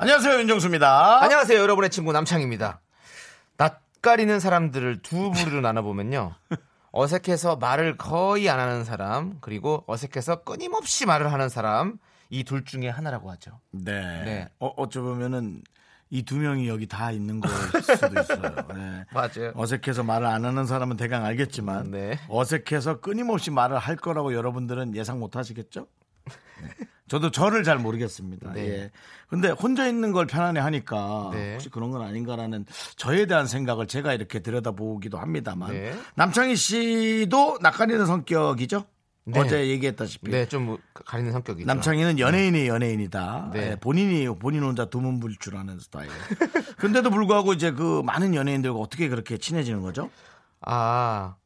안녕하세요 윤정수입니다. 안녕하세요, 여러분의 친구 남창입니다. 낯가리는 사람들을 두 부류로 나눠보면요. 어색해서 말을 거의 안 하는 사람, 그리고 어색해서 끊임없이 말을 하는 사람, 이 둘 중에 하나라고 하죠. 네. 네. 어, 어쩌면은 이 두 명이 여기 다 있는 걸 수도 있어요. 네. 맞아요. 어색해서 말을 안 하는 사람은 대강 알겠지만 네. 어색해서 끊임없이 말을 할 거라고 여러분들은 예상 못 하시겠죠? 네. 저도 저를 잘 모르겠습니다. 네. 예. 근데 혼자 있는 걸 편안해 하니까 네. 혹시 그런 건 아닌가라는 저에 대한 생각을 제가 이렇게 들여다보기도 합니다만 네. 남창희 씨도 낯가리는 성격이죠? 네. 어제 얘기했다시피 네, 좀 가리는 성격이죠. 남창희는 연예인이 연예인이다. 네. 예, 본인이 본인 혼자 두문불 줄 아는 스타일. 근데도 불구하고 이제 그 많은 연예인들과 어떻게 그렇게 친해지는 거죠? 아,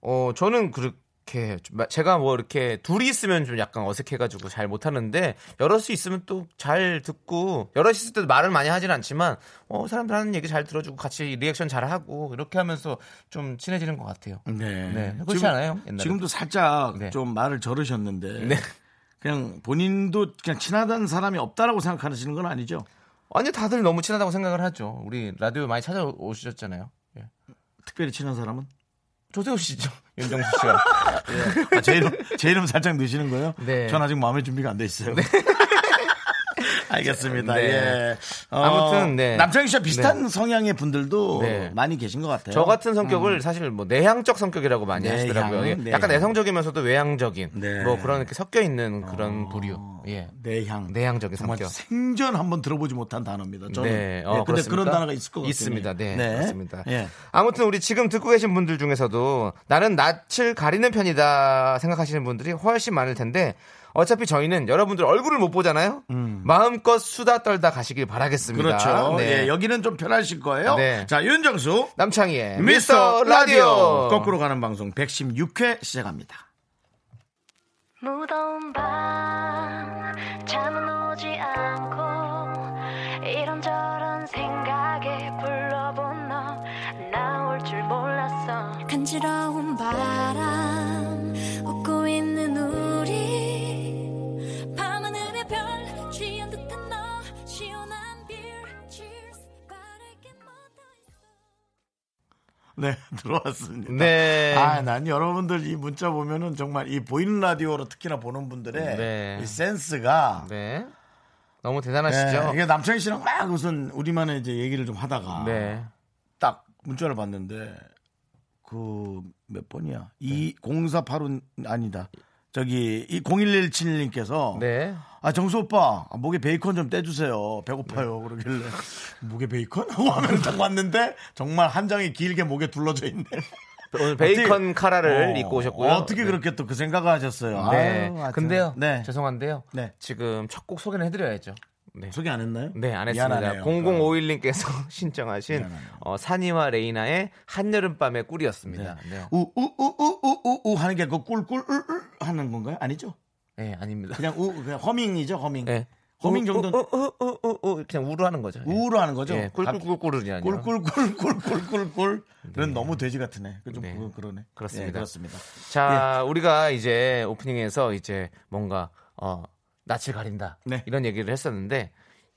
어, 저는 그렇게, 좀 마- 제가 뭐 이렇게 둘이 있으면 좀 약간 어색해가지고 잘 못하는데, 여럿이 있으면 또 잘 듣고, 여럿이 있을 때도 말을 많이 하진 않지만, 어, 사람들 하는 얘기 잘 들어주고, 같이 리액션 잘 하고, 이렇게 하면서 좀 친해지는 것 같아요. 네. 네, 그렇지 않아요? 옛날에도. 지금도 살짝 네. 좀 말을 저르셨는데 네. 그냥 본인도 그냥 친하다는 사람이 없다라고 생각하시는 건 아니죠? 아니, 다들 너무 친하다고 생각을 하죠. 우리 라디오 많이 찾아오셨잖아요. 예. 특별히 친한 사람은? 조세호 씨죠. 윤정수 씨가. 아, 제 이름 제 이름 살짝 넣으시는 거예요? 예. 네. 전 아직 마음의 준비가 안 돼 있어요. 알겠습니다. 네. 예. 어, 아무튼, 네. 남창희 씨와 비슷한 성향의 분들도 네. 많이 계신 것 같아요. 저 같은 성격을 사실 뭐 내향적 성격이라고 많이 내향, 하시더라고요. 예. 내향. 약간 내성적이면서도 외향적인 네. 뭐 그런 이렇게 섞여 있는 그런 부류. 예. 내향. 내향적인 정말 성격. 생전 한번 들어보지 못한 단어입니다. 저는. 네. 예, 어, 근데 그렇습니까? 그런 단어가 있을 것 같아요. 있습니다. 네. 맞습니다. 예. 아무튼 우리 지금 듣고 계신 분들 중에서도 나는 낯을 가리는 편이다 생각하시는 분들이 훨씬 많을 텐데 어차피 저희는 여러분들 얼굴을 못 보잖아요. 마음껏 수다 떨다 가시길 바라겠습니다. 그렇죠. 네. 예, 여기는 좀 편하실 거예요. 네. 자, 윤정수. 남창희의 미스터 미스터 라디오. 라디오. 거꾸로 가는 방송 116회 시작합니다. 무더운 밤 잠은 오지 않고 이런저런 생각에 불러본 너 나올 줄 몰랐어 간지러운 바람 웃고 있는 우리 밤하늘의 별 취한 듯한 너 시원한 빌 Cheers 바랄게 뭐더 있어 네, 들어왔습니다. 네. 아, 난 여러분들 이 문자 보면은 정말 이 보이는 라디오로 특히나 보는 분들의 네. 이 센스가 네. 너무 네, 대단하시죠? 이게 남창희 씨랑 막 무슨 우리만의 이제 얘기를 좀 하다가 네. 딱 문자를 봤는데 그 몇 번이야? 이 0485 아니다. 저기 이 0117님께서 네. 아 정수 오빠 아, 목에 베이컨 좀 떼주세요 배고파요 네. 그러길래 목에 베이컨 하고 화면을 딱 봤는데 정말 한 장이 길게 목에 둘러져 있네 오늘 베이컨 어떻게- 카라를 어, 입고 오셨고요. 어떻게 네. 그렇게 또 그 생각을 하셨어요 네. 아유, 하여튼. 근데요. 네. 죄송한데요. 네. 지금 첫 곡 소개는 해드려야죠. 네. 소개 안 했나요? 네, 안 했습니다. 미안하네요. 0051님께서 신청하신 미안하네요. 어, 사니와 레이나의 한여름밤의 꿀이었습니다. 네. 네. 우우우우우우 하는 게 그 꿀꿀 하는 건가요? 아니죠? 아닙니다. 그냥 우 그냥 허밍이죠 허밍 네. 허밍 정도 는 우우우우우 그냥 우로 하는 거죠. 예. 우로 하는 거죠? 예, 꿀꿀꿀꿀이 아니라. 꿀꿀꿀꿀꿀꿀꿀꿀 그런 너무 돼지 같으네. 그좀 네. 그건 그러네. 그렇습니다. 예, 그렇습니다. 자, 우리가 이제 오프닝에서 이제 뭔가 어, 낯을 가린다. 네. 이런 얘기를 했었는데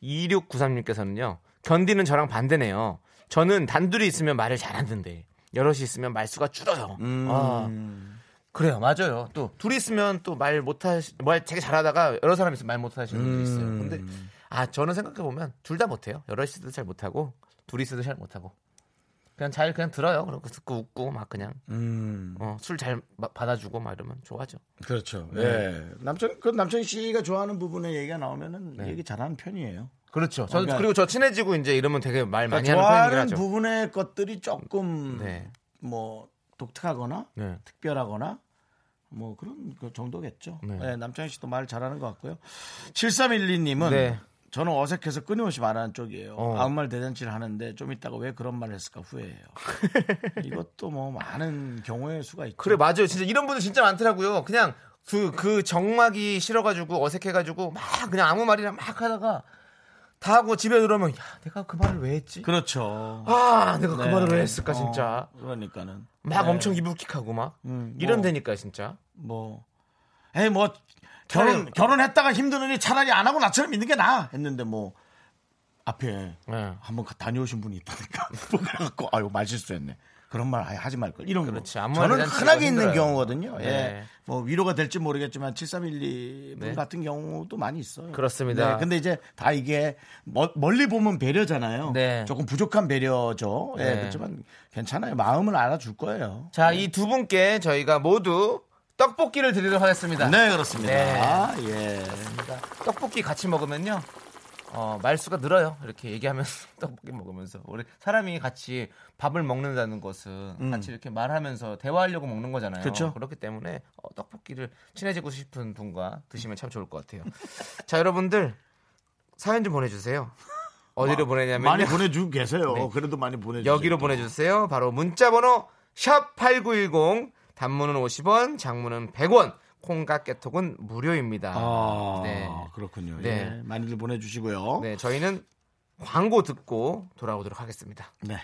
2693님께서는요. 견디는 저랑 반대네요. 저는 단둘이 있으면 말을 잘 안 듣는데 여럿이 있으면 말수가 줄어요. 음. 아, 그래요. 맞아요. 또 둘이 있으면 또 말 못하시 말 되게 잘하다가 여러 사람 있으면 말 못하시는 분도 있어요. 근데 아, 저는 생각해 보면 둘 다 못해요. 여럿이 있어도 잘 못하고 둘이 있어도 잘 못하고 그냥 잘 그냥 들어요. 그리고 듣고 웃고 막 그냥 음. 어, 술 잘 받아주고 막 이러면 좋아하죠. 그렇죠. 네. 예. 남천 그 남천 씨가 좋아하는 부분의 얘기가 나오면은 네. 얘기 잘하는 편이에요. 그렇죠. 저, 그러니까- 그리고저 친해지고 이제 이러면 되게 말 많이 하는 좋아하는 편이긴 하죠. 부분의 것들이 조금 네. 뭐 독특하거나 네. 특별하거나 뭐 그런 그 정도겠죠. 네. 예, 남창희 씨도 말 잘하는 것 같고요. 7312님은 네. 저는 어색해서 끊임없이 말하는 쪽이에요. 어. 아무 말 대잔치를 하는데 좀 있다가 왜 그런 말을 했을까 후회해요. 이것도 뭐 많은 경우의 수가 있죠. 그래 맞아요. 진짜 이런 분들 진짜 많더라고요. 그냥 그, 그 정막이 싫어가지고 어색해가지고 막 그냥 아무 말이나 막 하다가 다 하고 집에 들어오면 야 내가 그 말을 왜 했지? 그렇죠. 아 내가 그 네. 말을 왜 했을까 어, 진짜 그러니까는 막 네. 엄청 이불킥하고 막 음, 이런 뭐. 데니까 진짜 뭐 에이 뭐 결혼 차라리- 결혼했다가 힘드느니 차라리 안 하고 나처럼 있는 게 나아 했는데 뭐 앞에 네. 한번 가- 다녀오신 분이 있다니까 뭐 그래갖고 아유 말 실수했네 그런 말 아예 하지 말걸 이런 그렇지. 거 아무 저는 말이나 흔하게 치고 있는 힘들어요. 경우거든요 네. 예뭐 위로가 될지 모르겠지만 7312분 네. 같은 경우도 많이 있어요 그렇습니다. 네, 근데 이제 다 이게 멀- 멀리 보면 배려잖아요 네. 조금 부족한 배려죠 예 네. 그렇지만 괜찮아요 마음을 알아줄 거예요 자 이 두 분께 저희가 모두 떡볶이를 드리도록 하겠습니다. 네 그렇습니다 네. 아, 예 떡볶이 같이 먹으면요. 어, 말수가 늘어요. 이렇게 얘기하면서 떡볶이 먹으면서 우리 사람이 같이 밥을 먹는다는 것은 같이 이렇게 말하면서 대화하려고 먹는 거잖아요. 음. 그쵸. 그렇기 때문에 어, 떡볶이를 친해지고 싶은 분과 드시면 참 좋을 것 같아요. 자, 여러분들 사연 좀 보내 주세요. 어디로 많이 보내냐면요. 보내주고 계세요. 네. 그래도 많이 보내주세요. 여기로 보내주세요. 바로 문자번호 샵 8910 단문은 50원, 장문은 100원, 콩과 깨톡은 무료입니다. 아, 네. 그렇군요. 네. 예, 많이들 보내주시고요. 네. 네, 저희는 광고 듣고 돌아오도록 하겠습니다. 네.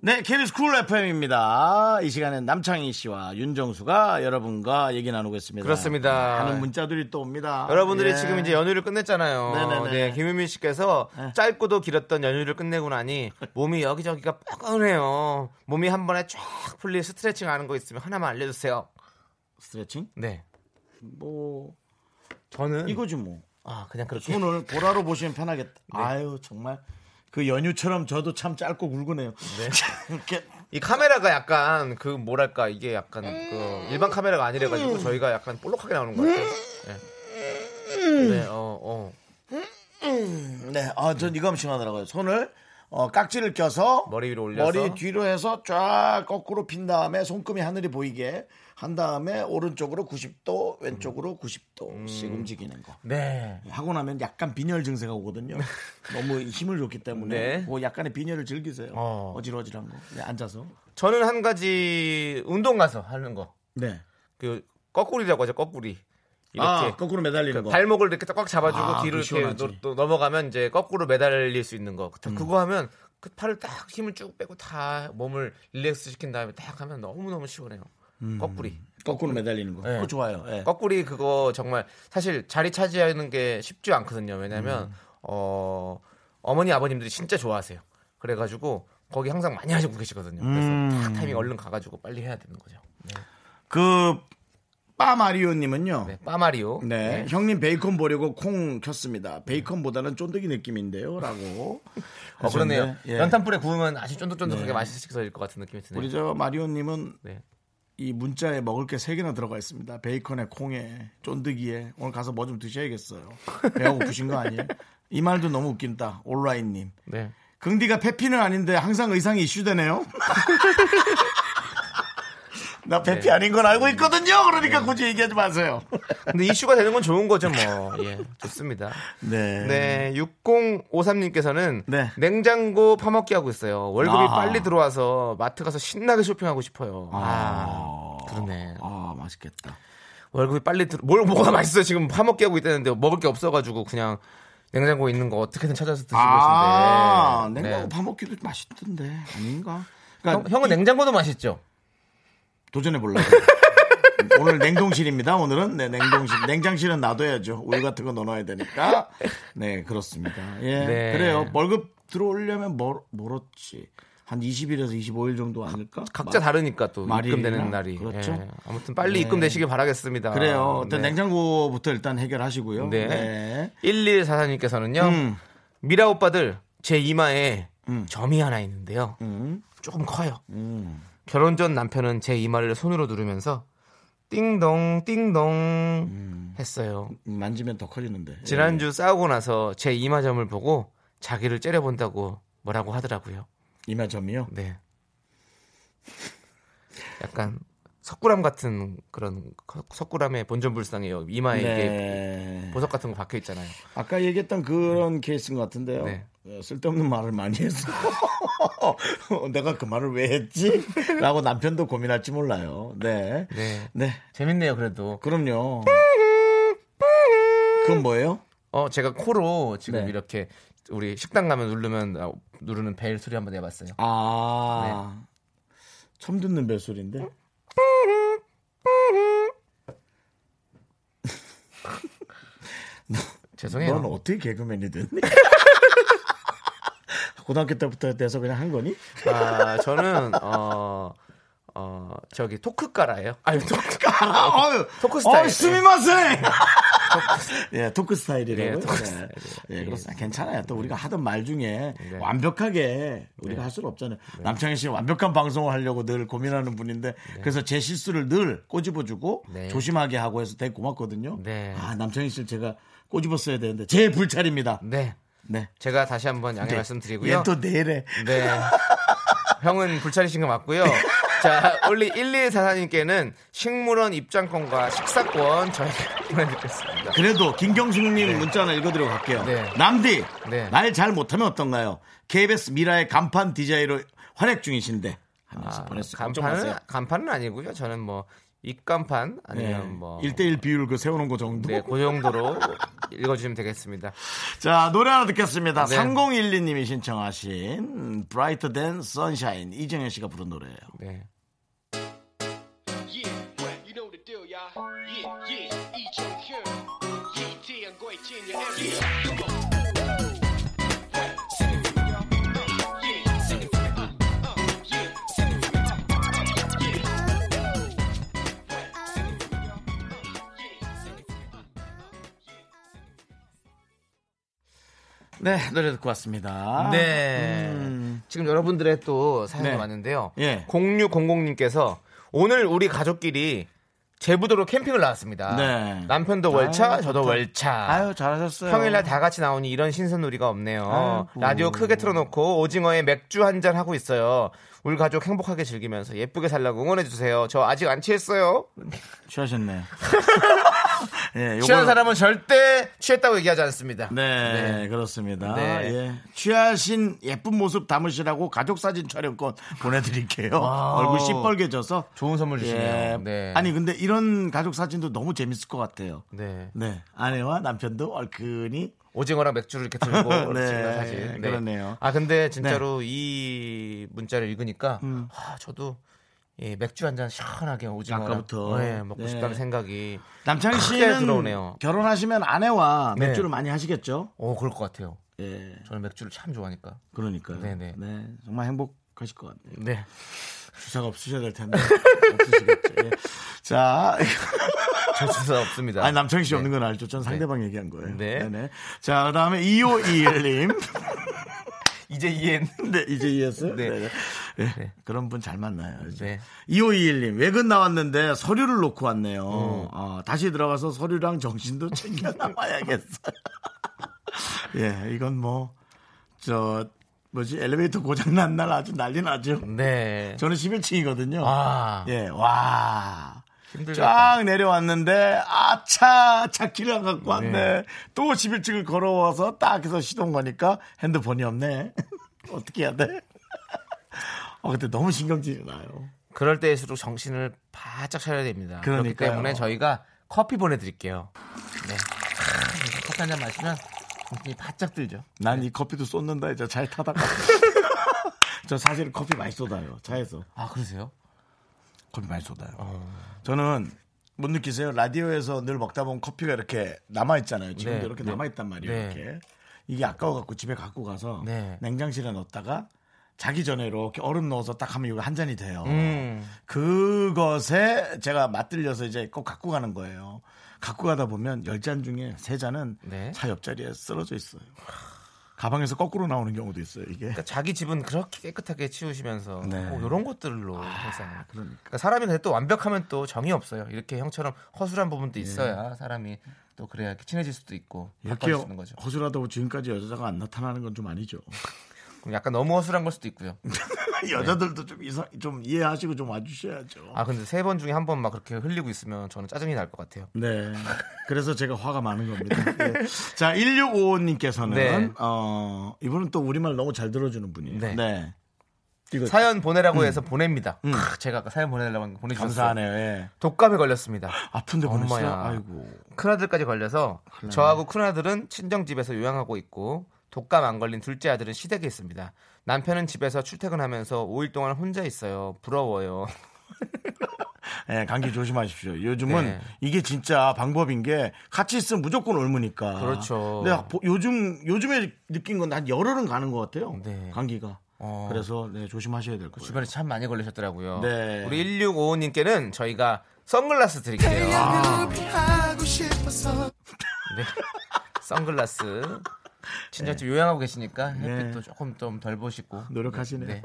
KBS 쿨 FM입니다. 이 시간엔 남창희 씨와 윤정수가 여러분과 얘기 나누겠습니다. 네, 그렇습니다. 하는 문자들이 또 옵니다. 아, 여러분들이 예. 지금 이제 연휴를 끝냈잖아요. 네네네. 네. 네, 김유민 씨께서 짧고도 길었던 연휴를 끝내고 나니 몸이 여기저기가 뻐근해요. 몸이 한 번에 쫙 풀릴 스트레칭 하는 거 있으면 하나만 알려주세요. 스트레칭? 네, 뭐, 저는 이거지 뭐. 아 그냥 그렇게 손을 보라로 보시면 편하겠다. 네. 아유, 정말. 그 연휴처럼 저도 참 짧고 굵으네요. 이렇게 이 카메라가 약간 그 뭐랄까 이게 약간 그 일반 카메라가 아니래가지고 저희가 약간 볼록하게 나오는 것 같아요. 네, 네, 어, 어. 네, 아, 전 이거 엄청 하더라고요. 손을 어, 깍지를 껴서 머리 위로 올려서. 머리 뒤로 해서 쫙 거꾸로 핀 다음에 손금이 하늘이 보이게 한 다음에 오른쪽으로 90도, 왼쪽으로 음. 90도씩 움직이는 거. 네. 하고 나면 약간 빈혈 증세가 오거든요. 너무 힘을 줬기 때문에 네. 뭐 약간의 빈혈을 즐기세요. 어. 어. 지러지한 거. 네, 앉아서. 저는 한 가지 운동 가서 하는 거. 네. 그 거꾸리라고 하죠 거꾸리 이렇게 그 아, 거꾸로 매달리는 거. 발목을 이렇게 꽉 잡아주고 아, 그 뒤로 이렇게 시원하지. 음. 노- 또 넘어가면 이제 거꾸로 매달릴 수 있는 거 그- 그거 하면 그 팔을 딱 힘을 쭉 빼고 다 몸을 릴렉스 시킨 다음에 딱 하면 너무 너무 시원해요 음. 거꾸리 거꾸로 매달리는 거. 네. 그거 좋아요. 예. 거꾸리 그거 정말 사실 자리 차지하는 게 쉽지 않거든요 왜냐하면 음. 어 어머니 아버님들이 진짜 좋아하세요 그래가지고 거기 항상 많이 하시고 계시거든요 그래서 음. 딱 타이밍 얼른 가가지고 빨리 해야 되는 거죠 그 빠마리오님은요. 네 빠마리오 네. 형님 베이컨 보려고 콩 켰습니다. 베이컨보다는 쫀득이 느낌인데요. 라고. 어, 그러네요. 하셨는데, 예. 연탄불에 구우면 아주 쫀득쫀득하게 맛있을 것 같은 느낌이 드네요. 우리 저 마리오님은 네. 이 문자에 먹을 게 세 개나 들어가 있습니다. 베이컨에 콩에 쫀득이에 오늘 가서 뭐 좀 드셔야겠어요. 배고프신 거 아니에요? 이 말도 너무 웃긴다. 온라인님. 네. 긍디가 페피는 아닌데 항상 의상이 이슈되네요. 나 페피 네. 아닌 건 알고 있거든요. 그러니까 굳이 얘기하지 마세요. 근데 이슈가 되는 건 좋은 거죠, 뭐. 예. 좋습니다. 네. 네. 6053님께서는 네. 냉장고 파먹기 하고 있어요. 월급이 아. 빨리 들어와서 마트 가서 신나게 쇼핑하고 싶어요. 아. 그러네. 아 맛있겠다. 월급이 빨리 들어 뭘 뭐가 맛있어 지금 파먹기 하고 있다는데 먹을 게 없어가지고 그냥 냉장고에 있는 거 어떻게든 찾아서 드시고 아, 계신데. 냉장고 네. 파먹기도 맛있던데 아닌가? 형, 그러니까 형은 냉장고도 맛있죠? 도전해 볼래요. 오늘 냉동실입니다. 오늘은 네, 냉동실, 냉장실은 놔둬야죠. 우유 같은 거 넣어놔야 되니까. 네, 그렇습니다. 예, 네. 그래요. 월급 들어오려면 멀, 멀었지. 한 20일에서 25일 정도 아닐까? 각자 마- 다르니까 또 말이나? 입금되는 날이 그렇죠. 예. 아무튼 빨리 네. 입금되시길 바라겠습니다. 그래요. 일단 네. 냉장고부터 일단 해결하시고요. 네. 네. 1144님께서는요. 음. 미라 오빠들 제 이마에 점이 하나 있는데요. 음, 조금 커요. 결혼 전 남편은 제 이마를 손으로 누르면서 띵동 띵동 음. 했어요. 만지면 더 커지는데. 지난주 싸우고 나서 제 이마점을 보고 자기를 째려본다고 뭐라고 하더라고요. 예. 이마점이요? 네. 약간 석굴암 같은 그런 석굴암의 본전불상이에요. 아, 이마에 이게 네. 보석 같은 거 박혀 있잖아요. 아까 얘기했던 그런 케이스인 것 같은데요. 네. 어, 쓸데없는 말을 많이 했어. 어, 내가 그 말을 왜 했지? 라고 남편도 고민할지 몰라요. 네. 네. 네. 재밌네요, 그래도. 그럼요. 그건 뭐예요? 어, 제가 코로 지금 네. 이렇게 우리 식당 가면 누르면 아, 누르는 벨 소리 한번 내봤어요. 아. 네. 처음 듣는 벨소리인데. 죄송해요. 넌 어떻게 개그맨이 됐니? 고등학교 때부터 돼서 그냥 한 거니? 아, 저는 어, 어, 저기 토크가라예요. 아니 토크가. 아유, 토크 스타일. 어, 스미마셍! 예, 토크 스타일이라고요. 네, 토크 예. 스타일. 예, 그렇습니다. 괜찮아요. 또 우리가 하던 말 중에 네. 완벽하게 우리가 할 수는 없잖아요. 남창희 씨는 완벽한 방송을 하려고 늘 고민하는 분인데 그래서 제 실수를 늘 꼬집어주고 네. 조심하게 하고 해서 되게 고맙거든요. 네. 아, 남창희 씨를 제가 꼬집었어야 되는데 제 불찰입니다. 네. 네. 제가 다시 한번 양해 네. 말씀드리고요. 얘또 내일에. 네. 형은 불찰이신 거 맞고요. 자, 올리 1244님께는 식물원 입장권과 식사권 저희가 보내드리겠습니다. 그래도 김경숙님 문자 하나 읽어드리고 갈게요. 네. 남디, 네. 날 잘 못하면 어떤가요? KBS 미라의 간판 DJ로 활약 중이신데 하면서 아, 보냈어요. 걱정 간판은, 마세요. 간판은 아니고요. 저는 뭐 입간판 아니면 뭐 네. 1대1 비율 그 세우는 거 정도. 네, 그 정도로 읽어주시면 되겠습니다. 자, 노래 하나 듣겠습니다. 네. 3012님이 신청하신 Brighter Than Sunshine 이정현 씨가 부른 노래예요. 네. Yeah, you know the deal, y'all. Yeah, yeah, E eat your cure. Yeah, tea and goy chin your every. 네, 노래 듣고 왔습니다. 음. 네. 지금 여러분들의 또 사연이 아, 네. 왔는데요. 예. 0600님께서 오늘 우리 가족끼리 제부도로 캠핑을 나왔습니다. 네. 남편도 월차, 아유, 저도 좋다. 월차. 아유, 잘하셨어요. 평일날 다 같이 나오니 이런 신선놀이가 없네요. 아이고. 라디오 크게 틀어놓고 오징어에 맥주 한 잔 하고 있어요. 우리 가족 행복하게 즐기면서 예쁘게 살라고 응원해주세요. 저 아직 안 취했어요. 취하셨네요. 예, 요거- 취한 사람은 절대 취했다고 얘기하지 않습니다. 네, 그렇습니다. 네. 예. 취하신 예쁜 모습 담으시라고 가족 사진 촬영권 보내드릴게요. 얼굴 시뻘개져서 좋은 선물 주시네요. 네. 예. 아니 근데 이런 가족 사진도 너무 재밌을 것 같아요. 네. 네, 아내와 남편도 얼큰이 오징어랑 맥주를 이렇게 들고 네, 찍는 사진. 네. 그러네요. 네. 아 근데 진짜로 이 문자를 읽으니까 음. 아, 저도 예, 맥주 한 잔 시원하게 오징어 아까부터. 예, 먹고 네. 싶다는 생각이 남창희 크게 씨는 들어오네요. 결혼하시면 아내와 네. 맥주를 많이 하시겠죠? 오 그럴 것 같아요. 예, 저는 맥주를 참 좋아하니까. 그러니까요. 네, 네. 네, 정말 행복하실 것 같네요. 네. 주사가 없으셔야 될 텐데 없으시겠죠. 예. 자, 저 주사 없습니다. 아니 남창희 씨 없는 건 알죠. 전 상대방 얘기한 거예요. 네. 네네. 자, 그다음에 2521님. 이제 이해는. 네, 이제 이해했어요? 네. 네. 네. 그런 분 잘 만나요. 이제. 네. 2521님, 외근 나왔는데 서류를 놓고 왔네요. 어, 다시 들어가서 서류랑 정신도 챙겨 나와야겠어요. 예, 이건 뭐, 저, 뭐지, 엘리베이터 고장난 날 아주 난리 나죠. 네. 저는 11층이거든요. 아 그러니까. 예, 와. 힘들다. 쫙 내려왔는데 아차 차키를 안 갖고 왔네 또 11층을 걸어와서 딱 해서 시동 거니까 핸드폰이 없네 어떻게 해야 돼? 어 근데 너무 신경질이 나요 그럴 때일수록 정신을 바짝 차려야 됩니다. 그렇기 그러니까요. 때문에 저희가 커피 보내드릴게요. 네. 아, 커피 한 잔 마시면 정신이 바짝 들죠. 난 이 커피도 쏟는다 이제 잘 타다가 저 사실 커피 많이 쏟아요 차에서 아 그러세요? 커피 많이 쏟아요 저는 못 느끼세요 라디오에서 늘 먹다 보면 커피가 이렇게 남아 있잖아요 지금도 네, 이렇게 네. 남아 있단 말이에요 네. 이렇게 이게 아까워 갖고 집에 갖고 가서 네. 냉장실에 넣었다가 자기 전에 이렇게 얼음 넣어서 딱 하면 이거 한 잔이 돼요. 음. 그것에 제가 맞들려서 이제 꼭 갖고 가는 거예요. 갖고 가다 보면 열 잔 중에 세잔은 네. 차 옆자리에 쓰러져 있어요. 가방에서 거꾸로 나오는 경우도 있어요, 이게. 그러니까 자기 집은 그렇게 깨끗하게 치우시면서 네. 뭐 이런 것들로 항상 그러니까 사람이 근데 또 완벽하면 또 정이 없어요. 이렇게 형처럼 허술한 부분도 있어야 사람이 또 그래야 친해질 수도 있고 예. 이렇게 가까워지는 거죠. 허술하다고 지금까지 여자가 안 나타나는 건 좀 아니죠. 약간 너무 허술한 걸 수도 있고요. 여자들도 좀 이상 좀 이해하시고 좀 와주셔야죠. 네. 아 근데 세 번 중에 한 번 막 그렇게 흘리고 있으면 저는 짜증이 날 것 같아요. 네. 그래서 제가 화가 많은 겁니다. 예. 자, 1655님께서는 네. 어, 이분은 또 우리말 너무 잘 들어주는 분이에요. 네. 네. 이거 사연 보내라고 해서 보냅니다. 크, 제가 아까 사연 보내려고 한거 보내주셨어요. 음. 감사하네요. 예. 독감에 걸렸습니다. 아픈데 보냈어요. 엄마야. 아이고. 큰아들까지 걸려서 저하고 큰아들은 친정집에서 요양하고 있고 독감 안 걸린 둘째 아들은 시댁에 있습니다. 남편은 집에서 출퇴근하면서 5일 동안 혼자 있어요. 부러워요. 예, 감기 조심하십시오. 요즘은 네. 이게 진짜 방법인 게 같이 있으면 무조건 옮으니까. 그렇죠. 근데 보- 요즘 요즘에 느낀 건 한 열흘은 가는 것 같아요. 네. 감기가. 어. 그래서 네, 조심하셔야 될 거예요. 주변에 참 많이 걸리셨더라고요. 네. 우리 1655님께는 저희가 선글라스 드릴게요. 네. 선글라스. 친정집 요양하고 계시니까 햇빛도 조금 좀 덜 보시고 노력하시네요. 네. 네.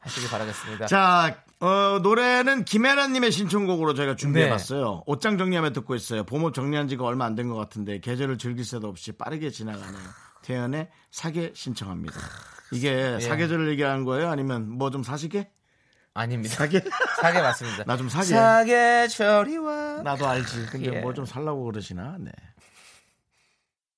하시길 바라겠습니다. 자, 어, 노래는 김혜란님의 신청곡으로 저희가 준비해봤어요. 옷장 정리하며 듣고 있어요. 봄옷 정리한 지가 얼마 안 된 것 같은데 계절을 즐길 새도 없이 빠르게 지나가네요. 태연의 사계 신청합니다. 이게 사계절을 얘기하는 거예요? 아니면 뭐 좀 사시게? 아닙니다. 사계? 사계 맞습니다. 나좀 사계. 사계 처리와 나도 알지. 근데 예. 뭐 좀 살라고 그러시나? 네.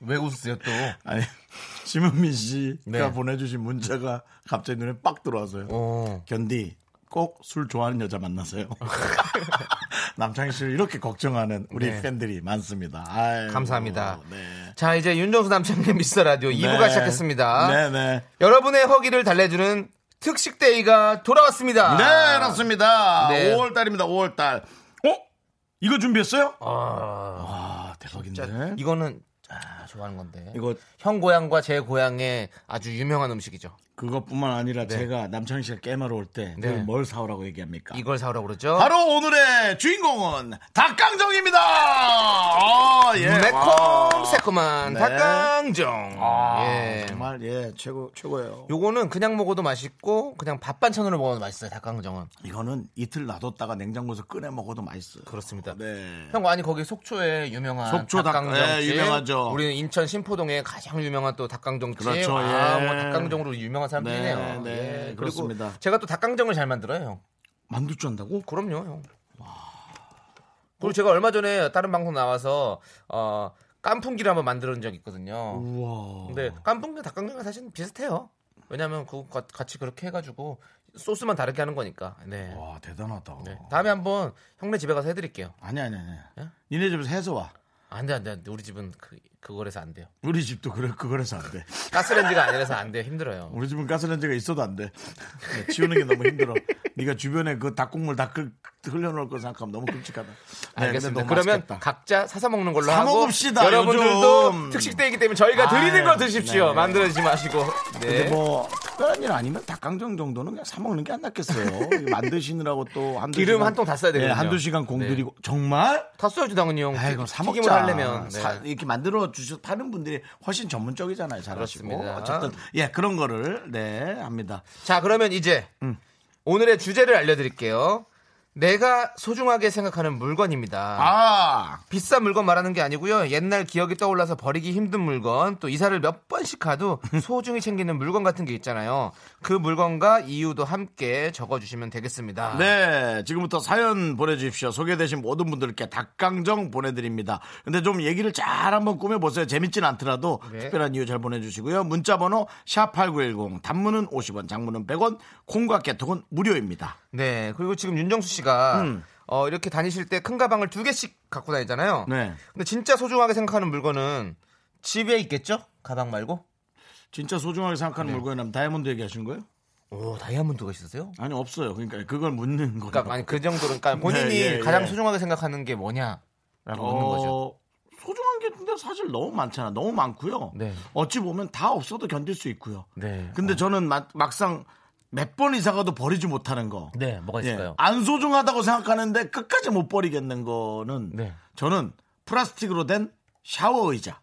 왜 웃으세요 또? 아니, 심은민 씨가 네. 보내주신 문자가 갑자기 눈에 빡 들어와서요. 어. 견디 꼭 술 좋아하는 여자 만나세요. 남창희 씨를 이렇게 걱정하는 우리 네. 팬들이 많습니다. 아이고, 감사합니다. 네. 자 이제 윤정수 남창의 미스터 라디오 2부가 네. 시작했습니다. 네네. 여러분의 허기를 달래주는 특식 데이가 돌아왔습니다. 네, 그렇습니다. 네. 5월달입니다, 5월달. 어? 이거 준비했어요? 아, 대박인데. 진짜 이거는 아, 좋아하는 건데. 이거 형 고향과 제 고향의 아주 유명한 음식이죠. 그것뿐만 아니라 제가 남창희 씨가 깨마로 올 때 뭘 네. 사오라고 얘기합니까? 이걸 사오라고 그러죠. 바로 오늘의 주인공은 닭강정입니다. 아, 예. 매콤 와. 새콤한 네. 닭강정. 아, 예. 정말 예 최고 최고예요. 요거는 그냥 먹어도 맛있고 그냥 밥 반찬으로 먹어도 맛있어요. 닭강정은. 이거는 이틀 놔뒀다가 냉장고에서 꺼내 먹어도 맛있어요. 그렇습니다. 네. 그렇죠. 형 아니 거기 속초에 유명한 속초 닭- 닭강정집 예, 유명하죠. 우리는 인천 신포동에 가장 유명한 또 닭강정집. 그렇죠, 아, 예. 뭐 닭강정으로 유명한 네, 사람들이네요. 네, 예. 그렇습니다. 그리고 제가 또 닭강정을 잘 만들어요, 형. 만두주 한다고? 그럼요, 형. 그리고 제가 얼마 전에 다른 방송 나와서 어, 깐풍기를 한번 만들어 본 적이 있거든요. 음. 우와. 근데 깐풍기 닭강정과 사실 비슷해요. 왜냐면 그거 가- 같이 그렇게 해가지고 소스만 다르게 하는 거니까. 네. 와 대단하다. 네. 다음에 한번 형네 집에 가서 해드릴게요. 아니 아니 아니. 예? 니네 집에서 해서 와. 안돼 안돼 안돼 우리 집은 그 그걸 해서 안 돼요. 우리 집도 그래 그걸 해서 안 돼. 가스레인지가 아니라서 안 돼요 힘들어요. 우리 집은 가스레인지가 있어도 안 돼. 네, 치우는 게 너무 힘들어. 네가 주변에 그 닭국물 다 끓- 흘려놓을 거 생각하면 너무 끔찍하다. 네, 근데 알겠습니다. 너무 그러면 맛있겠다. 각자 사서 먹는 걸로 사 하고 먹읍시다, 여러분들도 요즘. 특식 때이기 때문에 저희가 드리는 아유, 거 드십시오. 네. 만들어지지 마시고. 근데 네. 뭐 특별한 일 아니면 닭강정 정도는 그냥 사 먹는 게 안 낫겠어요. 이거 만드시느라고 또 한두 기름 시간- 한통다 써야 되거든요. 네, 네, 한두 시간 공들이고 정말 다 써야지 당연히 형. 아이고 사 튀김을 먹자. 하려면. 네. 사- 이렇게 만들어 주셔 파는 분들이 훨씬 전문적이잖아요. 잘하시고 그렇습니다. 어쨌든 예 그런 거를 네 합니다. 자 그러면 이제 음. 오늘의 주제를 알려드릴게요. 내가 소중하게 생각하는 물건입니다. 아 비싼 물건 말하는 게 아니고요. 옛날 기억이 떠올라서 버리기 힘든 물건, 또 이사를 몇 번씩 가도 소중히 챙기는 물건 같은 게 있잖아요. 그 물건과 이유도 함께 적어주시면 되겠습니다. 네, 지금부터 사연 보내주십시오. 소개되신 모든 분들께 닭강정 보내드립니다. 근데 좀 얘기를 잘 한번 꾸며보세요. 재밌진 않더라도 네. 특별한 이유 잘 보내주시고요. 문자번호 샵8910, 단문은 50원, 장문은 100원, 콩과 깨톡은 무료입니다. 네, 그리고 지금 윤정수 씨가 음. 어, 이렇게 다니실 때 큰 가방을 두 개씩 갖고 다니잖아요. 네. 근데 진짜 소중하게 생각하는 물건은 집에 있겠죠? 가방 말고? 진짜 소중하게 네. 생각하는 물건이라면 다이아몬드 얘기하시는 거예요? 오, 다이아몬드가 있으세요? 아니, 없어요. 그러니까 그걸 묻는 거예요. 그러니까 아니 그 정도로 그러니까 본인이 네, 예, 가장 예. 소중하게 생각하는 게 뭐냐라고 묻는 거죠. 어, 소중한 게 근데 사실 너무 많잖아. 너무 많고요. 네. 어찌 보면 다 없어도 견딜 수 있고요. 네. 근데 저는 마- 막상 몇 번 이상 가도 버리지 못하는 거. 네, 뭐가 예. 있을까요? 안 소중하다고 생각하는데 끝까지 못 버리겠는 거는 네. 저는 플라스틱으로 된 샤워 의자.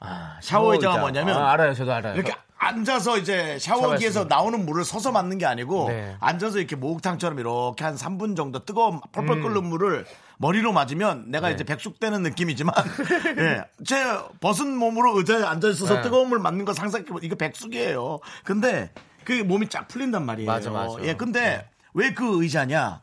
아, 샤워 의자가 뭐냐면 아, 알아요, 저도 알아요. 이렇게 앉아서 이제 샤워기에서 샤워했습니다. 나오는 물을 서서 맞는 게 아니고 네. 앉아서 이렇게 목욕탕처럼 이렇게 한 3분 정도 뜨거운 음. 펄펄 끓는 물을 머리로 맞으면 네. 내가 이제 백숙되는 느낌이지만 예, 제 벗은 몸으로 의자에 앉아 있어서 네. 뜨거운 물 맞는 거 상상해보 이거 백숙이에요. 근데 그 몸이 쫙 풀린단 말이에요. 맞아, 네. 맞아. 예, 근데 왜 그 의자냐?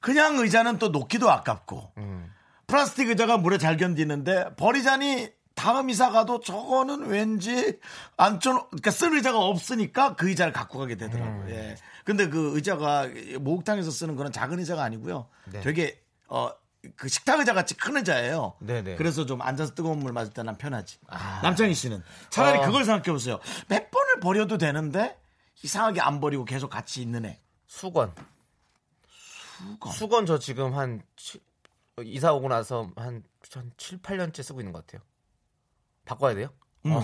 그냥 의자는 또 놓기도 아깝고 음. 플라스틱 의자가 물에 잘 견디는데 버리자니 다음 이사 가도 저거는 왠지 안쪽 그러니까 쓸 의자가 없으니까 그 의자를 갖고 가게 음. 되더라고요. 예. 근데 그 의자가 목욕탕에서 쓰는 그런 작은 의자가 아니고요. 네. 되게 어 그 식탁 의자 같이 큰 의자예요. 네네. 아. 그래서 좀 앉아서 뜨거운 물 마실 때 난 편하지. 남창희 씨는 어. 차라리 그걸 생각해 보세요. 몇 번을 버려도 되는데 이상하게 안 버리고 계속 같이 있는 애. 수건. 수건. 저 지금 한 칠- 어, 이사 오고 나서 한, 한 7, 8년째 쓰고 있는 것 같아요. 바꿔야 돼요? 음.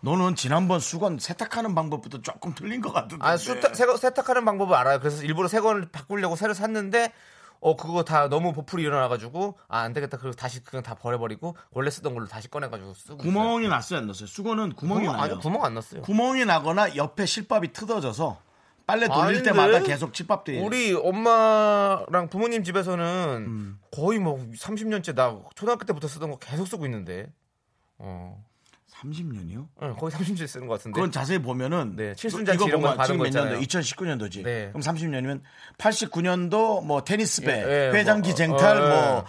너는 지난번 수건 세탁하는 방법부터 조금 틀린 것 같은데. 아, 수탁, 세, 세탁하는 방법을 알아요. 그래서 일부러 새 건을 바꾸려고 새로 샀는데 어 그거 다 너무 보풀이 일어나가지고 아 안 되겠다. 그리고 다시 그냥 다 버려버리고 원래 쓰던 걸로 다시 꺼내가지고 쓰고 있어요. 구멍이 났어요, 안 났어요? 수건은 구멍이 구멍 아니 나요. 구멍 안 났어요. 구멍이 나거나 옆에 실밥이 뜯어져서 빨래 돌릴 아닌데? 때마다 계속 칠밥 돼. 우리 엄마랑 부모님 집에서는 음. 거의 뭐 30년째 나 초등학교 때부터 쓰던 거 계속 쓰고 있는데 어 30년이요? 네, 거의 30년째 쓰는 것 같은데 그건 자세히 보면은 그 네, 칠순잔치 이런 거 받은 지금 거 몇 년도 있잖아요. 2019년도지. 네. 그럼 30년이면 89년도 뭐 테니스배, 예, 예, 회장기 뭐, 어, 쟁탈, 어, 예. 뭐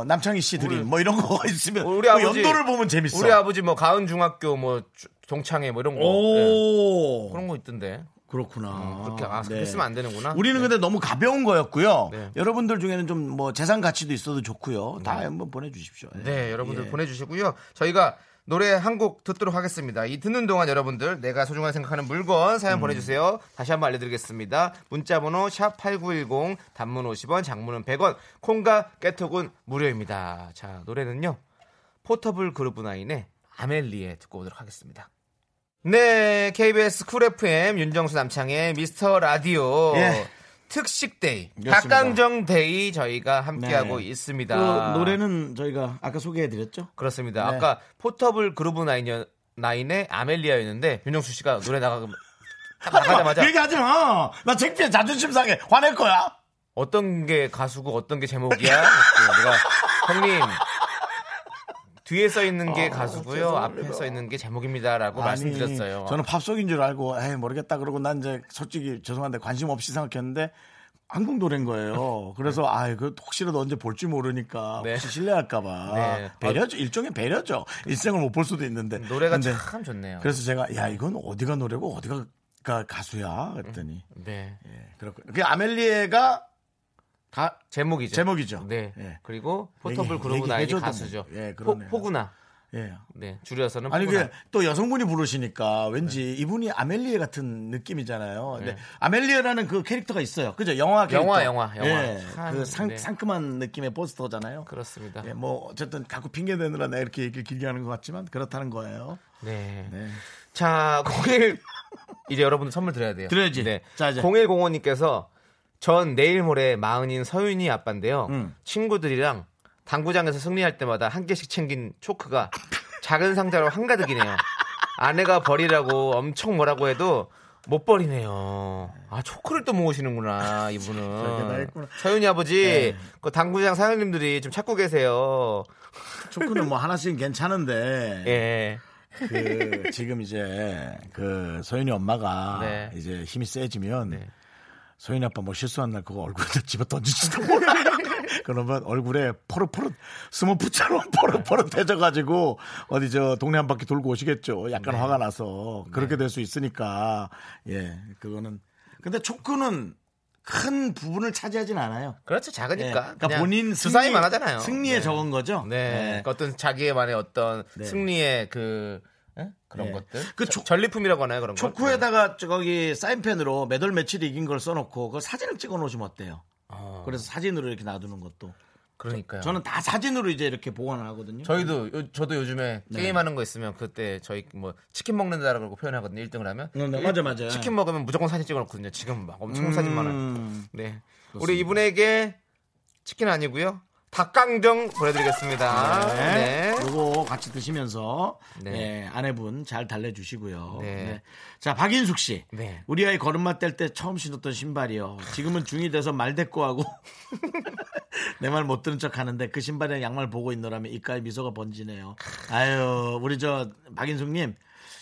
어, 남창희 씨 드림 뭐 이런 거 있으면 어, 우리 그 아버지- 연도를 보면 재밌어. 우리 아버지 뭐 가은 중학교 뭐 주- 동창회 뭐 이런 거 네, 오 그런 거 있던데 그렇구나. 그렇게 아, 네. 그렇게 쓰면 안 되는구나 우리는 근데 너무 가벼운 거였고요. 네. 여러분들 중에는 좀 뭐 재산 가치도 있어도 좋고요. 다 한번 보내주십시오. 네, 여러분들 예. 보내주시고요. 저희가 노래 한 곡 듣도록 하겠습니다. 이 듣는 동안 여러분들 내가 소중하게 생각하는 물건 사연 음. 보내주세요. 다시 한번 알려드리겠습니다. 문자번호 샵 #8910 단문 50원, 장문은 100원, 콩과 깨톡은 무료입니다. 자, 노래는요 포터블 그루브 나인의 아멜리에 듣고 오도록 하겠습니다. 네, KBS 쿨 FM 윤정수 남창의 미스터 라디오 예. 특식데이 그렇습니다. 닭강정 데이 저희가 함께하고 네. 있습니다. 그 노래는 저희가 아까 소개해드렸죠. 그렇습니다. 네. 아까 포터블 그루브 나인 나인의 아멜리아였는데 윤정수 씨가 노래 나가 딱 나가자마자 얘기하지 마. 나 창피해 자존심 상해. 화낼 거야. 어떤 게 가수고 어떤 게 제목이야? 했고 내가 형님 뒤에 써 있는 아, 게 가수고요, 앞에 써 있는 게 제목입니다라고 말씀드렸어요. 저는 팝송인 줄 알고 에이 모르겠다 그러고 난 이제 솔직히 죄송한데 관심 없이 생각했는데 한국 노래인 거예요. 그래서 아이 그 혹시라도 언제 볼지 모르니까 네. 혹시 실례할까봐 네. 배려죠 일종의 배려죠. 일생을 못 볼 수도 있는데 노래가 근데 참 좋네요. 그래서 제가 야 이건 어디가 노래고 어디가 가- 가수야 그랬더니 네 예, 그렇고 그 아멜리에가 가- 제목이죠. 제목이죠. 네 예. 그리고 포터블 얘기- 그루브 나인이 얘기해줘도 가수죠. 뭐. 예, 포, 그러네요. 포구나. 예. 네 줄여서는 아니 포구나. 그게 또 여성분이 부르시니까 왠지 이분이 아멜리에 같은 느낌이잖아요. 근데 네. 아멜리에라는 그 캐릭터가 있어요. 그죠? 영화 캐릭터. 영화, 영화, 영화. 예. 참, 그 상, 네. 상큼한 느낌의 포스터잖아요. 그렇습니다. 예, 뭐 어쨌든 자꾸 핑계 대느라 내가 이렇게 얘기를 길게 하는 것 같지만 그렇다는 거예요. 네. 네. 자, 01 이제 여러분들 선물 드려야 돼요. 드려야지. 네. 자, 이제. 0105님께서 전 내일 모레 마흔인 서윤이 아빠인데요. 음. 친구들이랑 당구장에서 승리할 때마다 한 개씩 챙긴 초크가 작은 상자로 한가득이네요. 아내가 버리라고 엄청 뭐라고 해도 못 버리네요. 아 초크를 또 모으시는구나 저렇게 다 이분은. 했구나. 네. 서윤이 아버지, 그 당구장 사장님들이 좀 찾고 계세요. 초크는 뭐 하나씩 은 괜찮은데 예. 그 지금 이제 그 소윤이 엄마가 네. 이제 힘이 세지면 네. 소윤이 아빠 뭐 실수한 날 그거 얼굴에다 집어 던지지도 몰라. 그러면 얼굴에 퍼릇퍼릇 스모프처럼 퍼릇퍼릇 해져가지고 어디 저 동네 한 바퀴 돌고 오시겠죠. 약간 네. 화가 나서 그렇게 될 수 있으니까 예 그거는 근데 초크는 큰 부분을 차지하진 않아요. 그렇죠 작으니까. 예, 그러니까 그냥 본인 두 승리- 사이만 하잖아요. 승리에 네. 적은 거죠. 네. 예. 그러니까 어떤 자기만의 어떤 네. 승리의 그 에? 그런 네. 것들. 그 저- 초- 전리품이라고 하나요 그런 거? 네. 초코에다가 저기 사인펜으로 매달 며칠 이긴 걸 써놓고 그 사진을 찍어 놓으시면 어때요? 어. 그래서 사진으로 이렇게 놔두는 것도 그러니까요. 저는 다 사진으로 이제 이렇게 보관을 하거든요. 저희도 요- 저도 요즘에 네. 게임하는 거 있으면 그때 저희 뭐 치킨 먹는다라고 표현하거든요. 1등을 하면. 네, 네, 맞아, 맞아. 치킨 먹으면 무조건 사진 찍어놓거든요. 지금 막 엄청 사진 많아요. 음, 네. 우리 이분에게 치킨 아니고요. 닭강정 보내드리겠습니다. 네. 네. 요거 같이 드시면서 네. 네, 아내분 잘 달래주시고요. 네. 네. 자 박인숙 씨, 네. 우리 아이 걸음마 뗄 때 처음 신었던 신발이요. 지금은 중이 돼서 말 대꾸하고 내 말 못 들은 척 하는데 그 신발에 양말 보고 있노라면 입가에 미소가 번지네요. 아유 우리 저 박인숙님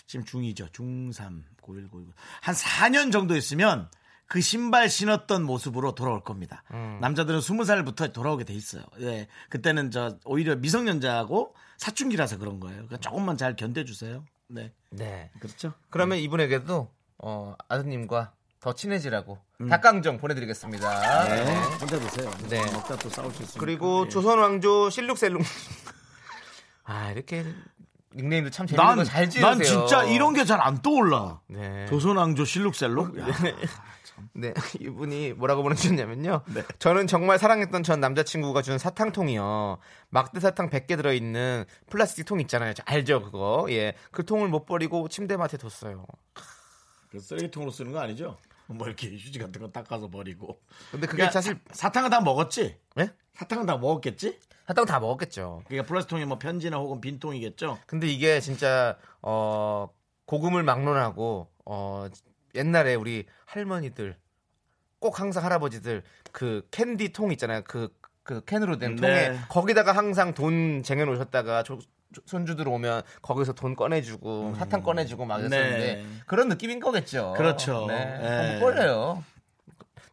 지금 중이죠. 중3 고1 고1 한 4년 정도 있으면 그 신발 신었던 모습으로 돌아올 겁니다. 남자들은 20살부터 돌아오게 돼 있어요. 예. 그때는 저 오히려 미성년자하고 사춘기라서 그런 거예요. 그러니까 조금만 잘 견뎌주세요. 네. 네. 그렇죠. 그러면 이분에게도 어, 아드님과 더 친해지라고 닭강정 보내드리겠습니다. 음. 네. 네. 혼자 드세요. 네. 먹다 또 싸울 수 있으니까. 그리고 예. 조선 왕조 실룩셀룩. 아 이렇게 닉네임도 참 재밌는 난, 거잘 지으세요. 난 진짜 이런 게 잘 안 떠올라. 네. 조선왕조 실룩셀룩? 야, 네, 이분이 뭐라고 보내주셨냐면요. 저는 정말 사랑했던 전 남자친구가 준 사탕통이요. 막대 사탕 100개 들어있는 플라스틱 통 있잖아요. 저 알죠, 그거? 예. 그 통을 못 버리고 침대맡에 뒀어요. 그 쓰레기통으로 쓰는 거 아니죠? 뭐 이렇게 휴지 같은 거 닦아서 버리고. 근데 그게 그러니까 사실, 사- 사탕은 다 먹었지? 예? 사탕은 다 먹었겠지? 사탕 다 먹었겠죠. 그러니까 플라스통이 뭐 편지나 혹은 빈통이겠죠? 근데 이게 진짜, 어, 고금을 막론하고, 어, 옛날에 우리 할머니들, 꼭 항상 할아버지들, 그 캔디 통 있잖아요. 그, 그 캔으로 된 네. 통에 거기다가 항상 돈 쟁여놓으셨다가 조- 조- 손주들 오면 거기서 돈 꺼내주고 사탕 꺼내주고 막 이랬었는데 음. 네. 그런 느낌인 거겠죠. 그렇죠. 네. 네. 못 벌려요.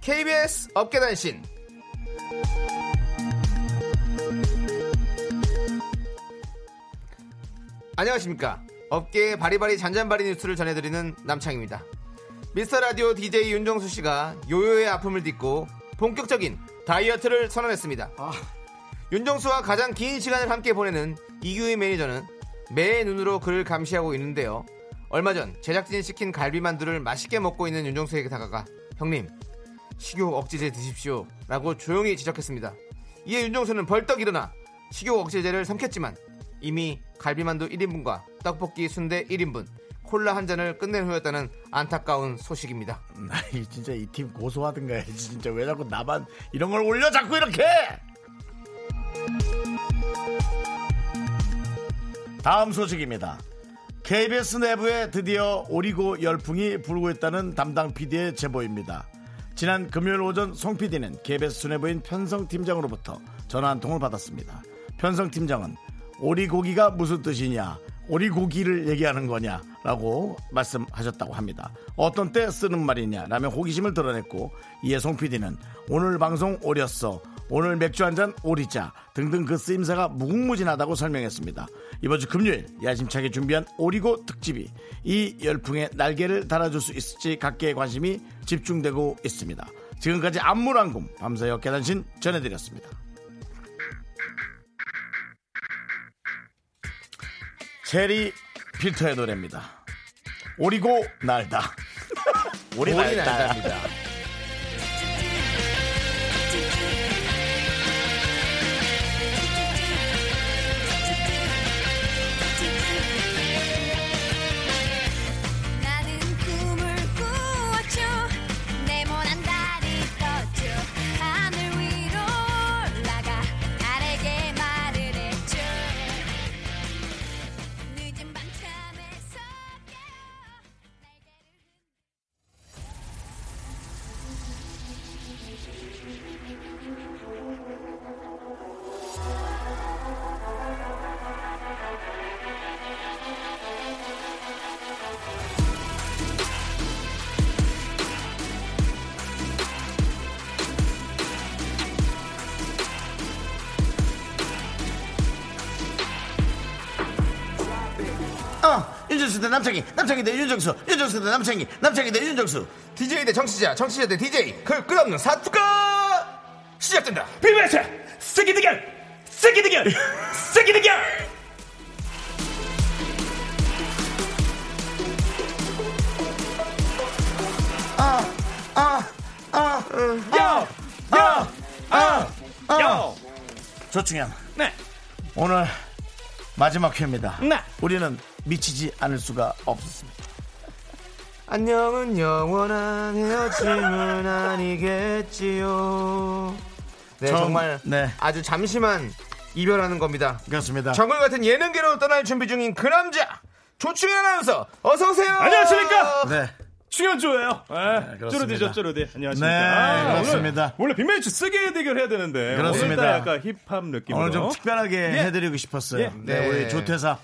KBS 업계단신 안녕하십니까 업계의 바리바리 잔잔바리 뉴스를 전해드리는 남창입니다 미스터 라디오 DJ 윤정수 씨가 요요의 아픔을 딛고 본격적인 다이어트를 선언했습니다 윤정수와 가장 긴 시간을 함께 보내는 이규희 매니저는 매의 눈으로 그를 감시하고 있는데요. 얼마 전 제작진이 시킨 갈비만두를 맛있게 먹고 있는 윤정수에게 다가가 형님 식욕 억제제 드십시오 라고 조용히 지적했습니다. 이에 윤정수는 벌떡 일어나 식욕 억제제를 삼켰지만 이미 갈비만두 1인분과 떡볶이 순대 1인분 콜라 한 잔을 끝낸 후였다는 안타까운 소식입니다. 아이 진짜 이 팀 고소하든가 해야지 진짜 왜 자꾸 나만 이런 걸 올려 자꾸 이렇게 다음 소식입니다 KBS 내부에 드디어 오리고 열풍이 불고 있다는 담당 PD의 제보입니다 지난 금요일 오전 송 PD는 KBS 수뇌부인 편성 팀장으로부터 전화 한 통을 받았습니다 편성 팀장은 오리고기가 무슨 뜻이냐 오리고기를 얘기하는 거냐라고 말씀하셨다고 합니다. 어떤 때 쓰는 말이냐라며 호기심을 드러냈고 이에 송 PD는 오늘 방송 오렸어 오늘 맥주 한 잔 오리자 등등 그 쓰임새가 무궁무진하다고 설명했습니다. 이번 주 금요일 야심차게 준비한 오리고 특집이 이 열풍에 날개를 달아줄 수 있을지 각계의 관심이 집중되고 있습니다. 지금까지 안무랑금 밤새 역계단신 전해드렸습니다. 체리 필터의 노래입니다. 오리고 날다. 오리 날다입니다. 나는 꿈을 꾸었죠 네모난 달이 떴죠 하늘 위로 올라가 달에게 말을 했죠 늦은 밤참에서 어, 윤정수 대 남창희, 남창희 대 윤정수, 윤정수 대 남창희, 남창희 대 윤정수. DJ 대 정치자, 정치자 대 DJ 그 끝없는 사투가 시작된다. 비베스 쓰기 대결 쓰기 대결 쓰기 대결 아, 아아아야야아아야네 조충현, 오늘 마지막 회입니다. 네. 우리는 미치지 않을 수가 없었습니다. 안녕은 영원한 헤어짐은 아니겠지요. 네, 정- 정말 네. 아주 잠시만 이별하는 겁니다. 그렇습니다. 정글 같은 예능계로 떠날 준비 중인 그 남자 조충현 아나운서 어서 오세요. 안녕하십니까? 네. 충현조예요. 그렇습니다. 쪼르디죠, 쪼르디. 안녕하십니까. 네, 아, 그렇습니다. 오늘, 원래 빅매치 쓰게 대결 해야 되는데. 그렇습니다. 오늘따라 약간 힙합 느낌으로. 오늘 좀 특별하게 해드리고 싶었어요. 예. 네, 네. 우리 조퇴사.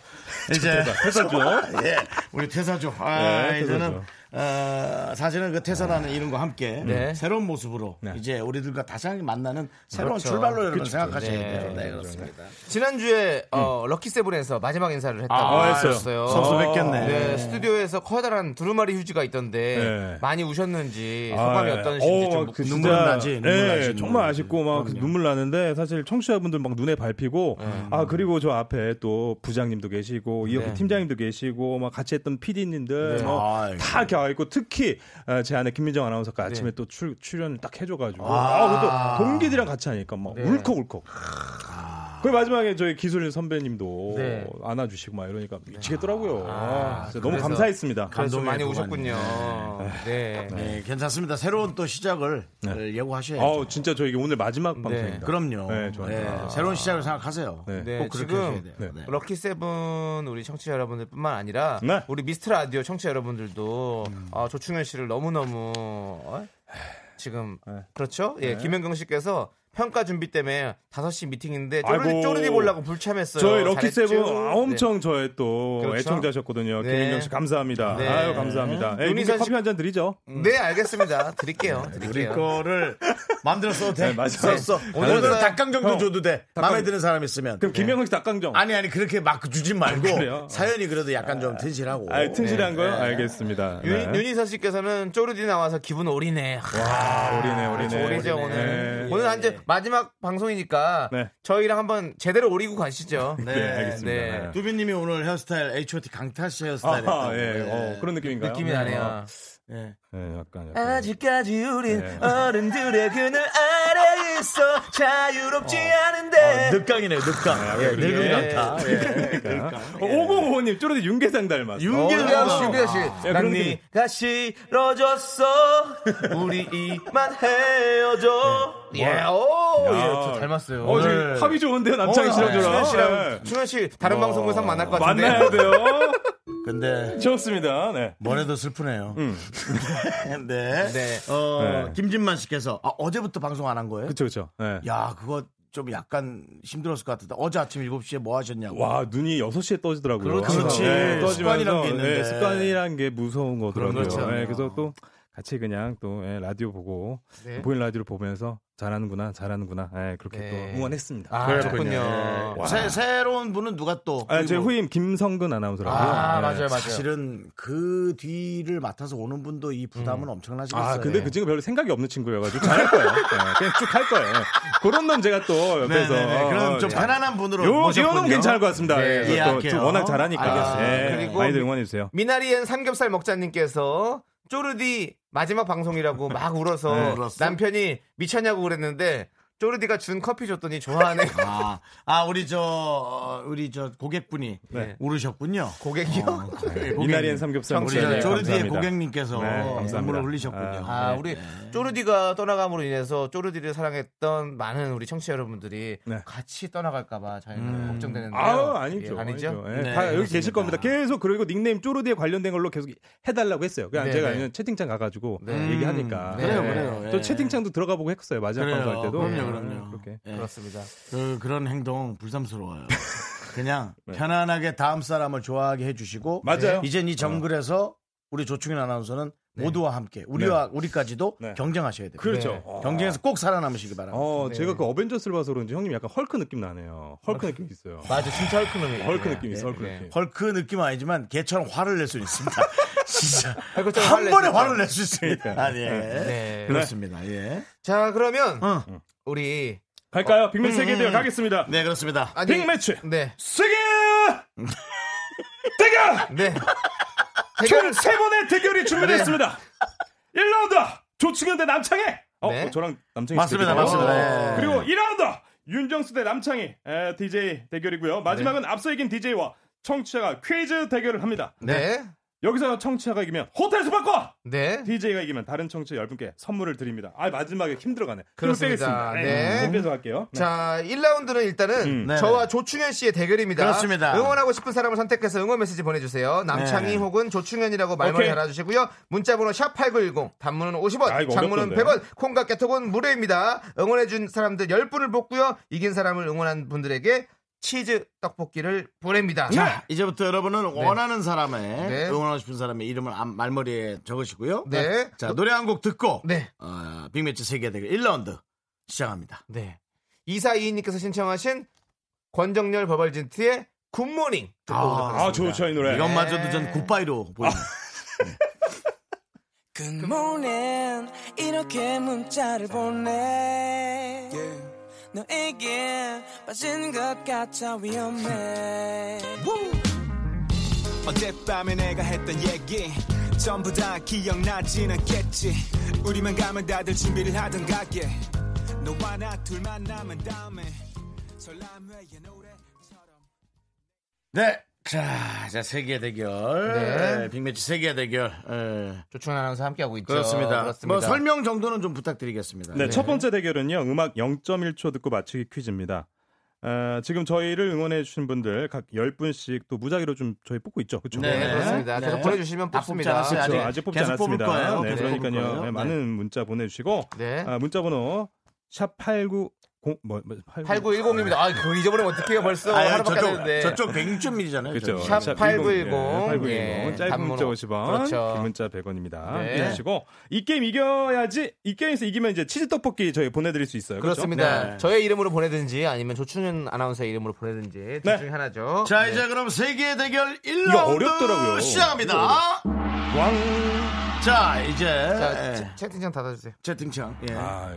이제 회사죠. 예, 우리 퇴사죠. 아, 네, 퇴사죠. 이제는 어, 사실은 그 퇴사라는 이름과 함께 네. 새로운 모습으로 이제 우리들과 다시 한번 만나는 새로운 출발로 여러분 생각하셔야 돼요. 네, 그렇습니다. 지난주에 어, 럭키 세븐에서 마지막 인사를 했다고 아, 했어요. 하셨어요. 선수 뵙겠네. 네, 스튜디오에서 커다란 두루마리 휴지가 있던데 네. 많이 우셨는지 아, 소감이 예. 어떠신지 어, 좀 막 묻고 그 눈물은 진짜, 나지, 눈물 예, 나지, 정말 눈물. 아쉽고 막 눈물 나는데 사실 청취자분들 막 눈에 밟히고 아 그리고 저 앞에 또 부장님도 계시고 이어폰 팀장님도 계시고 막 같이 했던 PD님들 아이고. 뭐다 이렇게 와 있고 특히 아, 제 아내 김민정 아나운서가 아침에 또 출, 출연을 딱 해줘가지고 아. 아, 그것도 동기들이랑 같이 하니까 막 울컥울컥. 그 마지막에 저희 기술인 선배님도 네. 안아주시고 막 이러니까 미치겠더라고요. 아, 진짜 너무 그래서- 감사했습니다. 그래서 좀 많이 감동이었구만요. 우셨군요. 네. 네, 괜찮습니다. 새로운 또 시작을 네, 예고하셔야죠. 아 진짜 저 이게 오늘 마지막 방송입니다. 그럼요. 네, 좋아요. 예, 새로운 시작을 생각하세요. 네. 네, 꼭 그렇게 하셔야 돼요. 지금 네. 럭키 세븐 우리 청취자 여러분들뿐만 아니라 네. 음. 우리 미스터 라디오 청취자 여러분들도 어, 조충현 씨를 너무 너무 어? 지금 네. 그렇죠? 예, 김현경 씨께서 평가 준비 때문에 5시 미팅인데 쪼르디 아이고. 쪼르디 보려고 불참했어요. 저희 럭키 잘했죠? 세븐 아, 엄청 저의 또 그렇죠? 애청자셨거든요. 네. 김민정 씨 감사합니다. 네. 아유 감사합니다. 예, 윤희선 이분께 씨- 커피 한 잔 드리죠. 네. 네, 알겠습니다. 드릴게요. 우리 드릴게요. 거를 마음대로 써도 돼. 네, 맞아요. 썼어. 오늘은 오늘은 사- 닭강정도 형, 줘도 돼. 마음에 닭강- 드는 사람 있으면. 그럼 김영식 닭강정. 네. 아니 아니 그렇게 막 주진 말고 그래요? 사연이 그래도 약간 좀 튼실하고. 아, 튼실한 거요? 알겠습니다. 윤- 네. 윤희선 씨께서는 쪼르디 나와서 기분 오리네. 와, 어리네, 어리네. 오리죠 오늘. 네. 오늘 한 이제 마지막 방송이니까 네. 저희랑 한번 제대로 오리고 가시죠. 네, 네, 알겠습니다. 네. 네. 두비님이 오늘 헤어스타일 H.O.T 강타 씨 헤어스타일 아하, 했다고. 예, 예. 어, 그런 느낌인가요? 느낌이 나네요. 예. 네, 약간, 약간. 아직까지 우린 네. 어른들의 그늘 아래 있어 자유롭지 아, 그- 않은데. 늑강이네요, 늑강. 예, 늙은 예. 강타. 예. 어, 5055님, 쪼르디 윤계상 닮았어. 윤계상 씨, 윤계상 윤계상 씨. 야, 난 네, 그런 느낌. 네가 싫어졌어. 우리 이만 헤어져. 네. 예, 오, 예, 저 닮았어요. 어, 오늘 지금 합이 좋은데요, 남창희 씨랑 네. 저랑. 네. 충현 네. 씨랑 충현 씨 다른 방송국에서 만날 것 같은데. 만나야 돼요. 근데 좋습니다. 네. 뭐래도 슬프네요. 음. 네. 네. 어, 네. 김진만 씨께서 아, 어제부터 방송 안 한 거예요? 그쵸, 그쵸. 네. 야, 그거 좀 약간 힘들었을 것 같은데. 어제 아침 7시에 뭐 하셨냐고. 와 눈이 6시에 떠지더라고요. 그렇죠. 그렇지. 그렇지. 습관이란 게 있는데. 네, 습관이란 게 무서운 거더라고요. 그렇죠. 네, 그래서 또 같이 그냥 또 예, 라디오 보고 네. 보이는 라디오 를 보면서 잘하는구나 잘하는구나 예, 그렇게 네. 또 응원했습니다. 아, 그렇군요. 새, 새로운 분은 누가 또? 아, 제 그리고 후임 김성근 아나운서라고요. 아, 예. 맞아요, 맞아요. 사실은 그 뒤를 맡아서 오는 분도 이 부담은 엄청나시겠어요. 아, 네. 근데 그 친구 별로 생각이 없는 친구여가지고 잘할 거예요. 예, 그냥 쭉 할 거예요. 예. 그런 놈 제가 또 옆에서 네네네. 그럼 좀 예. 편안한 분으로 요, 모셨군요. 요놈 괜찮을 것 같습니다. 네. 예, 그래서 또 이해할게요. 좀 워낙 잘하니까. 알겠습니다. 예, 그리고 많이들 응원해주세요. 미나리엔 삼겹살 먹자님께서 쪼르디 마지막 방송이라고 막 울어서 네, 울었어? 남편이 미쳤냐고 그랬는데 쪼르디가 준 커피 줬더니 좋아하네요. 아, 아, 우리 저 어, 우리 저 고객분이 네. 오르셨군요. 고객이요? 어, 미나리엔 삼겹살 우리 먹자님, 네, 네, 저 조르디의 감사합니다. 고객님께서 어, 네, 감사합니다. 네. 눈물을 흘리셨군요. 아, 우리 쪼르디가 떠나감으로 인해서 쪼르디를 사랑했던 많은 우리 청취자 여러분들이 네. 같이 떠나갈까봐 저희는 걱정되는데요. 아유, 아니죠. 예, 아니죠. 예, 네, 다 여기 그렇습니다. 계실 겁니다. 계속 그리고 닉네임 쪼르디에 관련된 걸로 계속 해달라고 했어요. 그냥 네, 제가 네. 그냥 채팅창 가가지고 네. 얘기하니까. 음, 그래요, 그래요. 예. 또 채팅창도 들어가 보고 했어요. 마지막 그래요. 방송할 때도. 예, 그럼요, 그럼요. 그렇게. 예. 그렇습니다. 그, 그런 행동 불삼스러워요. 그냥 네. 편안하게 다음 사람을 좋아하게 해주시고 맞아요. 네. 이젠 이 정글에서 우리 조충현 아나운서는 모두와 함께 우리와 우리까지도 네. 경쟁하셔야 돼요. 그렇죠. 네. 어. 경쟁에서 꼭 살아남으시기 바랍니다. 어, 네. 제가 그 어벤져스를 봐서 그런지 형님 약간 헐크 느낌 나네요. 헐크 느낌 있어요. 맞아, 진짜 헐크놈이에요. 헐크 느낌 있어, 헐크 네. 느낌. 헐크 느낌 은 아니지만 개처럼 화를 낼 수는 있습니다. 진짜 헐크처럼 한 번에 낼 화를 낼 수 있습니다. 아, 예. 네. 그렇습니다. 예. 자, 그러면 어. 우리 갈까요? 빅매치 세계대회 가겠습니다. 네 그렇습니다. 아니, 빅매치 네, 세계 대결! 네. 총 세 번의 대결이 준비됐습니다. 1라운드 조충현 대 남창희. 어, 네. 어, 저랑 남창희 맞습니다, 대결이요? 어. 맞습니다. 예. 그리고 2라운드 윤정수 대 남창희 에, DJ 대결이고요. 마지막은 앞서 이긴 DJ와 청취자가 퀴즈 대결을 합니다. 네. 여기서 청취자가 이기면 호텔에서 바꿔! 네. DJ가 이기면 다른 청취자 10분께 선물을 드립니다. 아, 마지막에 힘들어가네. 힘을 그렇습니다. 빼겠습니다. 네. 못 빼서 할게요. 네. 자, 1라운드는 일단은 음. 네네. 저와 조충현 씨의 대결입니다. 그렇습니다. 응원하고 싶은 사람을 선택해서 응원 메시지 보내주세요. 남창희 네. 혹은 조충현이라고 말만 오케이. 달아주시고요. 문자번호 샵8910, 단문은 50원, 아, 이거 장문은 어렵던데. 100원, 콩과 깨톡은 무료입니다. 응원해준 사람들 10분을 뽑고요. 이긴 사람을 응원한 분들에게 치즈 떡볶이를 보냅니다. 자, 이제부터 여러분은 원하는 사람의 네. 응원하고 싶은 사람의 이름을 앞- 말머리에 적으시고요. 네. 자, 노래 한 곡 듣고 네. 어, 빅매치 세계 대결 1라운드 시작합니다. 네. 2422님께서 신청하신 권정열 버벌진트의 굿모닝. 듣고 오도록 아, 하겠습니다. 좋죠, 이 노래. 이것마저도 전 굿바이로 보입니다. 굿모닝 이렇게 문자를 보내 너에게 빠진 것 같아 위험해 어젯밤에 내가 했던 얘기 전부 다 기억나진 않겠지 우리만 가면 다들 준비를 하던 가게 너와 나 둘만 남은 다음에 설람회의 노래처럼 네. 자, 자, 세계 대결. 네. 네, 빅매치 세계 대결. 예. 조충현 아나운서 함께하고 있죠. 그렇습니다. 그렇습니다. 뭐 설명 정도는 좀 부탁드리겠습니다. 네, 첫 번째 대결은요. 음악 0.1초 듣고 맞추기 퀴즈입니다. 아, 지금 저희를 응원해 주신 분들 각 10분씩 또 무작위로 좀 저희 뽑고 있죠. 그렇죠? 네. 네, 그렇습니다. 네. 계속 보내주시면 아, 뽑습니다. 네. 뽑지 그렇죠. 아직- 아직 뽑지 계속 뽑을 않았습니다. 거예요. 네, 계속 뽑을 그러니까요. 거예요. 네, 네. 많은 문자 보내주시고 네. 아, 문자 번호 샵 89... 뭐, 뭐, 89... 8910입니다. 아, 그걸 잊어버리면 어떡해요, 벌써. 아유, 하루밖에 안 저쪽, 했는데. 저쪽 100점이잖아요. 그렇죠. 샵 8910. 예, 8910. 네, 짧은 문자 단문 50원, 그렇죠. 긴 문자 100원입니다. 네. 해주시고 이 게임 이겨야지 이 게임에서 이기면 이제 치즈 떡볶이 저희 보내드릴 수 있어요. 그렇죠? 그렇습니다. 네. 저의 이름으로 보내든지 아니면 조충현 아나운서의 이름으로 보내든지 둘 네. 중에 하나죠. 자, 네. 이제 그럼 세계 대결 이거 1라운드 어렵더라고요. 네, 시작합니다. 자, 이제 자, 예, 채- 채팅창 닫아주세요. 채팅창. 예. 아,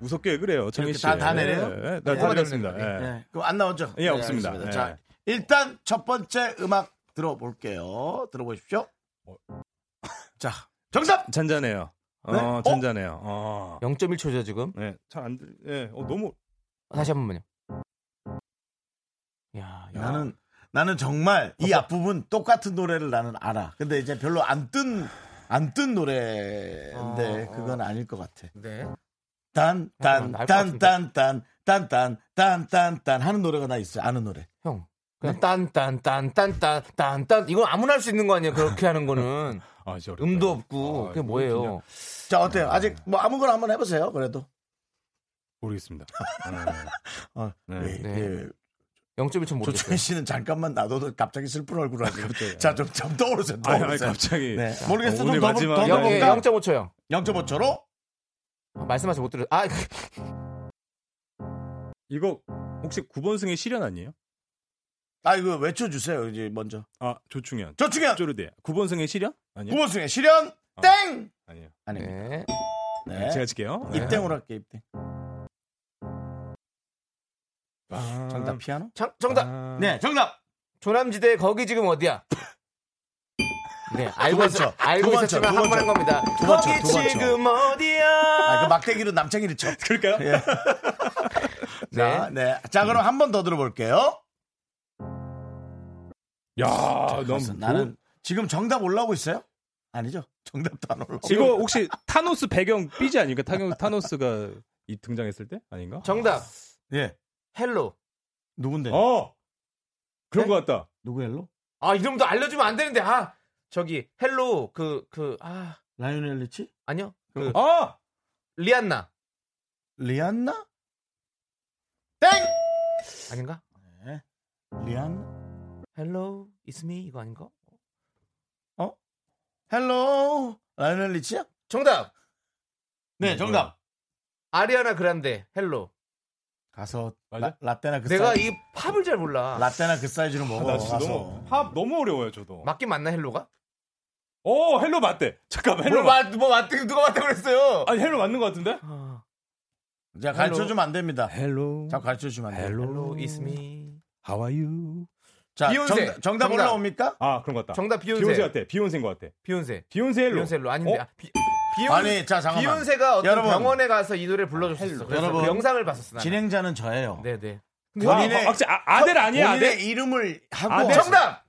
무섭게 그래요, 정희 이렇게 씨. 다- 다 내려요? 네, 다 예. 내렸습니다. 예. 예. 예, 그럼 안 나오죠? 네, 예, 없습니다. 알겠습니다. 예. 자, 일단 첫 번째 음악 들어볼게요. 들어보십시오. 자, 정답! 잔잔해요. 네? 어, 어? 아. 잔잔해요. 어. 0.1초죠, 지금. 네, 잘안 들. 예, 어, 너무 다시 한 번만요. 야, 야. 나는 나는 정말 이 어. 앞부분 똑같은 노래를 나는 알아. 근데 이제 별로 안 뜬 안 뜬 노래인데 어, 어. 그건 아닐 것 같아. 네. 어, 나알것 딴딴딴딴딴딴딴딴딴 하는 노래가 나 있어. 요 아는 노래. 형. 그냥 딴딴딴딴딴딴딴 이건 아무나 할 수 있는 거 아니에요. 그렇게 하는 거는 아, 진짜 어렵다. 음도 없고 아, 그게 이거 그냥 뭐예요? 자 어때요? 아직 뭐 아무거나 한번 해보세요. 그래도 모르겠습니다. 아, 어, 네. 예, 네. 예. 0.1초 조충현 모르겠어요. 씨는 잠깐만 놔둬도 갑자기 슬픈 얼굴을 하고 자좀 좀 떠오르세요. 아니, 아니, 떠오르세요. 갑자기. 네. 모르겠어. 오늘 좀 더, 마지막 더 네. 영- 볼까? 예, 0.5초요. 0.5초로? 말씀하지 못 들었. 아, 이거 혹시 9번승의 실현 아니에요? 아 이거 외쳐주세요. 이제 먼저. 아, 조충현. 조충현 쪼르대. 9번승의 실현? 아니요. 구본승의 실현 땡. 아니에요. 아닙니다. 네. 네. 제가 칠게요. 네. 입땡으로 할게 입땡. 아, 정답 피아노? 정, 정답. 아. 네 정답. 조남지대 거기 지금 어디야? 네, 알고 번째, 있어, 알고 두 번째, 있었지만 두 한 번 한 번째. 겁니다. 두 번째, 거기 두 번째. 지금 어디야? 아, 그 막대기로 남창이를 쳐. 그럴까요? 네. 자, 네. 자 그럼 한 번 더 들어볼게요. 야, 그래서 너무 나는 아, 지금 정답 올라오고 있어요? 아니죠? 정답도 안 올라오고. 이거 어, 혹시 타노스 배경 삐지 아닙니까? 타노, 타노스가 이 등장했을 때 아닌가? 정답. 예. 헬로. 누군데? 어. 그런 네? 것 같다. 누구엘로? 아, 이름도 알려주면 안 되는데. 아, 저기 헬로 그 그 아, 라이오넬 리치? 아니요. 그 아! 리안나 리안나? 아닌가? 리안나? 헬로 it's me 이거 아닌가? 헬로 라이오넬 리치야? 정답. 네 정답. 아리아나 그란데 헬로. 가서 맞아? 라, 라떼나 그 내가 사이즈. 이 팝을 잘 몰라. 라떼나 그 사이즈로 먹어. 아, 나 진짜 가서. 너무 합 너무 어려워요, 저도. 맞긴 맞나 헬로가? 어, 헬로 맞대. 잠깐만. 헬로 뭘 맞. 맞, 뭐 맞, 누가 맞다 그랬어요? 아니, 헬로 맞는 것 같은데? 아, 자 가르쳐 주면 안 됩니다. 헬로. 자 가르쳐 주면 안 돼. 요 헬로 it's me. How are you? 자 비욘세. 정답, 정답 정답. 올라옵니까? 아, 그런 것 같다. 정답 비욘세. 비욘세 같아. 비욘세인 것 같아. 비욘세. 비욘세 헬로. 비욘셀로 아닌데 어? 아, 비, 비욘, 아니, 자, 잠깐만. 비욘세가 어떤 여러분. 병원에 가서 이 노래를 불러줬었어. 그래서 여러분. 그 영상을 봤었어. 나는. 진행자는 저예요. 네네. 아, 본인의 아, 혹시 아, 아델 아니야, 본인의 아델? 이름을 하고 아델? 정답.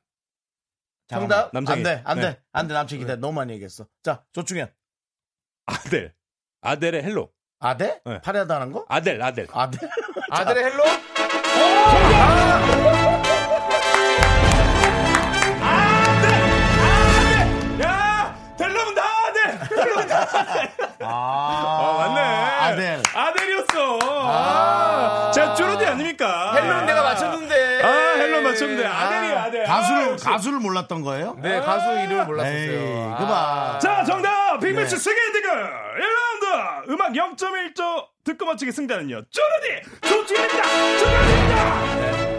정답? 남창희. 안 돼, 안 네. 돼, 안 돼, 남친이 기대. 너무 많이 얘기했어. 자, 조충현. 아델. 아델의 헬로. 아델? 네. 파리하다는 거? 아델, 아델. 아델? 아들의 헬로? 야! 델로면 다 아델! 델로면 다 아, 아, 맞네. 아델. 아델이었어. 아. 제가 쭈르디 아닙니까? 헬로는 내가 맞췄는데. 네. 아, 헬로 맞췄는데. 아델이야, 아델. 가수를, 아, 가수를 몰랐던 거예요? 네, 가수 이름을 에이, 몰랐었어요. 아. 그 봐. 자, 정답! 빅매치 세계 대결 1라운드! 음악 0.1조 듣고 맞추기 승자는요. 쪼르디! 조치입니다! 쪼르디입니다! 네.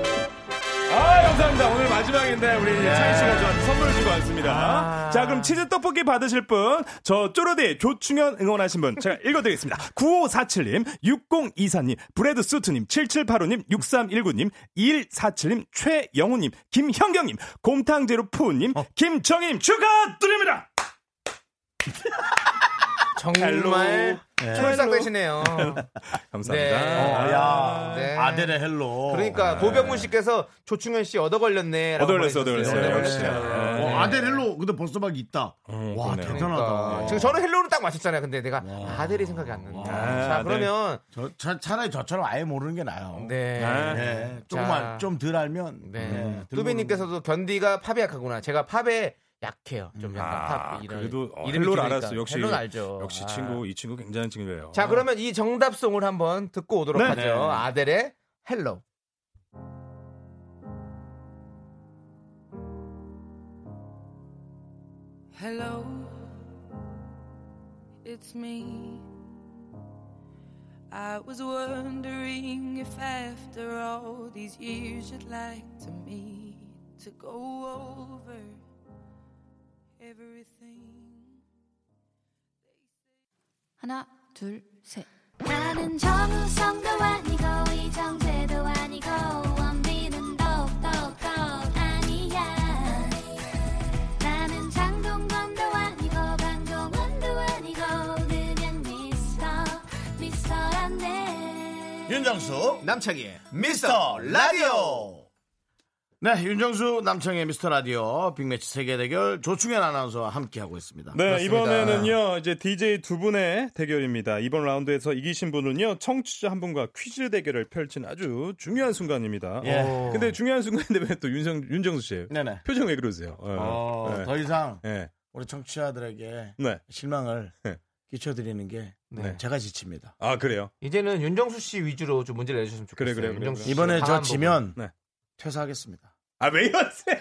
아, 감사합니다. 오늘 마지막인데 우리 창희 씨가 저한테 선물을 주고 왔습니다. 자, 그럼 치즈 떡볶이 받으실 분, 저 쪼르디 조충현 응원하신 분 제가 읽어드리겠습니다. 9547님, 6024님, 브레드 수트님, 7785님, 6319님, 2147님, 최영우님, 김현경님, 곰탕제로 푸우님, 김정임 축하드립니다! 정말 철상되시네요. 감사합니다. 네. 어, 아, 야, 네. 아델의 헬로. 그러니까 고병문 씨께서 조충현 씨 얻어 걸렸네. 네. 그렇죠. 얻어 걸렸어, 얻어 걸렸어. 네. 역시. 어, 아델 헬로. 근데 벌써 막 있다. 아, 와, 음, 그러네요. 대단하다. 그러니까. 지금 저는 헬로를 딱 맞췄잖아요. 근데 내가 아들이 생각이 안 난다. 와. 자 아들. 네. 그러면 저, 차, 차라리 저처럼 아예 모르는 게 나아요. 네. 아. 네, 조금만 자. 좀 덜 알면. 네. 네, 덜 뚜비님께서도 견디가 팝이 약하구나. 제가 팝에 약해요. 좀 약간 아, 팝 이런. 그래도 어, 이름이 헬로를 길으니까. 알았어. 역시 헬로는 알죠. 역시 아. 친구 이 친구 굉장히 친구예요. 자 그러면 이 정답송을 한번 듣고 오도록 네. 하죠. 네. 아델의 헬로. Hello, it's me. I was wondering if after all these years you'd like to meet to go over everything. 하나 둘 셋. 나는 정우성도 아니고 이정재도 아니고 원빈은 더욱더 아니야 나는 장동건도 아니고 강동원도 아니고 그냥 미스터 미스터란데 윤정수 남창희의 미스터 라디오 네 윤정수 남창희의 미스터 라디오 빅매치 세계대결 조충현 아나운서와 함께하고 있습니다 네, 그렇습니다. 이번에는요. 이제 DJ 두 분의 대결입니다. 이번 라운드에서 이기신 분은요. 청취자 한 분과 퀴즈 대결을 펼친 아주 중요한 순간입니다. 예. 어. 근데 중요한 순간인데 왜 또 윤정 윤정수 씨? 네네 표정 왜 그러세요? 예. 아, 어, 예. 더 이상 예. 우리 청취자들에게 네. 실망을 네. 끼쳐드리는 게 네. 제가 지칩니다 아, 그래요. 이제는 윤정수 씨 위주로 좀 문제를 내주셨으면 그래, 좋겠어요. 그래, 그래. 윤정수 씨 이번에 저 강한 지면 부분. 네. 퇴사하겠습니다 아, 왜 이러세요?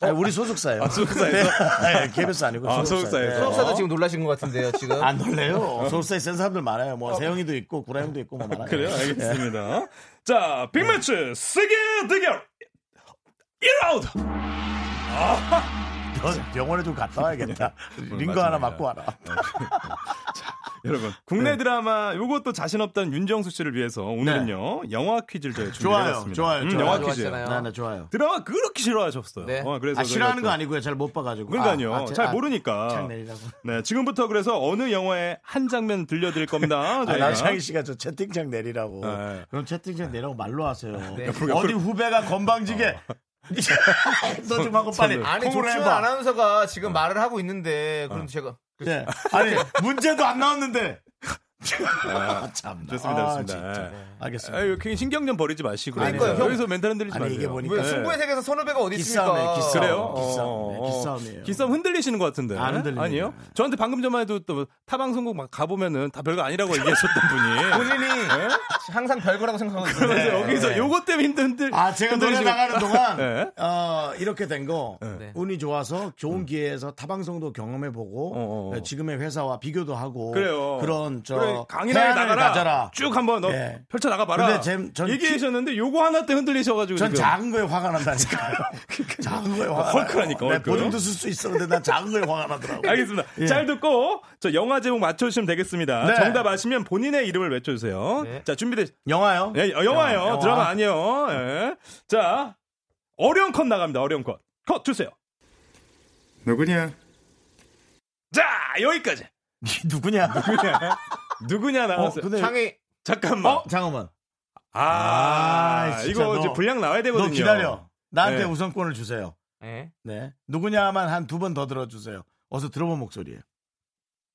아니, 우리 소속사예요 아, 소속사에서? 네, KBS 아니고 아, 소속사예요 네. 소속사에서. 부분. 소속사도 지금 놀라신 것 같은데요. 지금. 안 놀래요 소속사에 센 사람들 많아요 뭐 세영이도 있고 구라형도 있고 뭐 많아요 그래요? 알겠습니다. 자, 빅매치 세계 대결 1라운드. 넌 병원에 좀 갔다 와야겠다 링거 네. 맞습니다. 하나 맞고 와라 여러분 네. 국내 드라마 요것도 자신 없다는 윤정수 씨를 위해서 오늘은요 영화 퀴즈를 저희 네. 좋아요, 준비해봤습니다. 음, 좋아요, 좋아요. 영화 퀴즈 좋아하시잖아요. 네네 좋아요 드라마 그렇게 싫어하셨어요. 네. 어, 그래서 저희가 아, 싫어하는 또- 거 아니고요. 잘 못 봐가지고. 그러니까요. 아, 아, 제- 잘 아, 모르니까. 창내리라고. 네, 지금부터 그래서 어느 영화의 한 장면 들려드릴 겁니다. 아, 저희가. 남창희 씨가 저 채팅창 내리라고. 네. 그럼 채팅창 내라고 말로 하세요. 네. 옆으로, 어디 후배가 건방지게. 어. 너 좀 하고 빨리. 아니 통으로 조충현 해봐. 아나운서가 어. 지금 말을 하고 있는데 그럼 제가 예. 아니, 문제도 안 나왔는데. 참. 아, 좋습니다, 좋습니다. 알겠습니다. 아, 이거 굉장히 신경 좀 버리지 마시고. 그러니까요, 형. 여기서 멘탈 흔들리지 아니, 마세요. 이게 보니까 왜 네. 승부의 세계에서 선후배가 어디 있습니까? 기싸움이에요, 기싸움. 그래요? 기싸움이에요, 기싸움이에요. 기싸움 흔들리시는 것 같은데. 안 흔들리네요. 아니요? 저한테 방금 전만 해도 또 타방송국 막 가보면은 다 별거 아니라고 얘기하셨던 분이. 네? 본인이 항상 별거라고 생각하고 있는데. 그러면서 여기서 요것 때문에 힘들 힘들. 네, 아, 제가 노래 흔들리시면- 나가는 동안, 네. 어, 이렇게 된 거, 네. 운이 좋아서 좋은 기회에서 타방송도 경험해보고, 네, 어, 어, 어. 지금의 회사와 비교도 하고, 그래요. 런 어, 저, 그래, 강의나 해안을 나가라. 가져라. 쭉 한번 너 예. 펼쳐 나가 봐라. 근데 젬- 전 얘기하셨는데 요거 하나 때 흔들리셔가지고 전 지금. 그러니까. 작은 거에 화가 난다니까요. 작은 거에 화가 헐크라니까, 나요. 네, 헐크. 보증도 쓸 수 있었는데 난 작은 거에 화가 나더라고요. 알겠습니다. 예. 잘 듣고 저 영화 제목 맞춰주시면 되겠습니다. 네. 정답 아시면 본인의 이름을 외쳐주세요. 네. 자 준비돼. 영화요? 예, 어, 영화요. 영화. 드라마 아니요. 예. 자 어려운 컷 나갑니다. 어려운 컷. 컷 주세요. 누구냐? 자 여기까지. 누구냐? 누구냐 나왔어요. 근데- 창의 잠깐만. 어? 잠깐만. 아, 아, 진짜 이거 너- 이제 분량 나와야 되거든요. 너 기다려. 나한테 네. 우선권을 주세요. 예. 네. 누구냐만 한 두 번 더 들어주세요. 어서 들어본 목소리예요.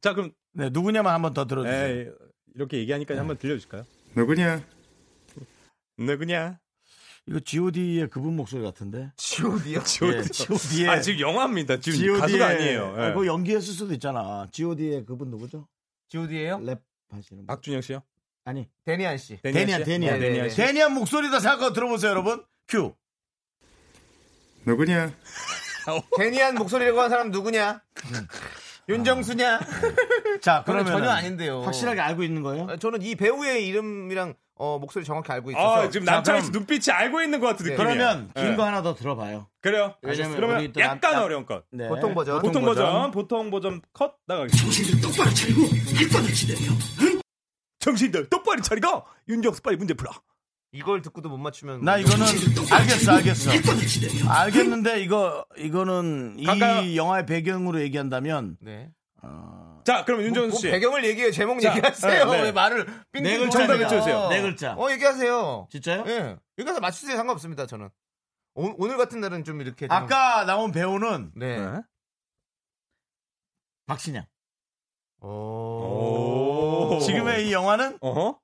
자 그럼 네 누구냐만 한 번 더 들어주세요. 에이, 이렇게 얘기하니까 한번 들려줄까요? 누구냐? 누구냐? 이거 G.O.D의 그분 목소리 같은데. G.O.D요? 예, G.O.D의. 아 지금 영화입니다. 지금 가수가 아니에요. 예. 그 연기했을 수도 있잖아. G.O.D의 그분 누구죠? G.O.D예요? 랩 하시는 분. 박준영 씨요? 아니 데니안 씨. 데니안 데니안 네. 네, 네, 데니안 네. 데니안 목소리다 생각하고 들어보세요 여러분. 큐. 누구냐? 데니안 목소리라고 한 사람 누구냐? 윤정수냐? 아. 자 그러면 그러면 전혀 아닌데요. 확실하게 알고 있는 거예요? 아, 저는 이 배우의 이름이랑 어, 목소리 정확히 알고 있어서. 아 지금 남창희 씨 눈빛이 알고 있는 것 같은 네. 느낌이에요. 그러면 긴 예. 거 하나 더 들어봐요. 그래요. 왜냐면 우리 그러면 또 남- 약간 남- 어려운 것. 네. 보통 버전. 보통 버전, 보통 버전 컷 나가겠습니다. 정신들 똑바로 차리고 윤정수 빨리 문제 풀어. 이걸 듣고도 못 맞추면 뭐 나 이거는 알겠어 알겠어. 알겠는데 이거 이거는 가까이- 이 영화의 배경으로 얘기한다면 네. 자, 그럼 윤정수 뭐 씨. 배경을 얘기해 제목 자, 얘기하세요. 네, 네. 왜 말을 빙빙 네 글자 정답 얘기해 주세요. 네 글자. 어 얘기하세요. 진짜요? 예. 여기서 맞추세요 상관없습니다 저는. 오, 늘 같은 날은 좀 이렇게 좀- 아까 나온 배우는 네. 박신양. 오. 지금의 이 영화는 어허.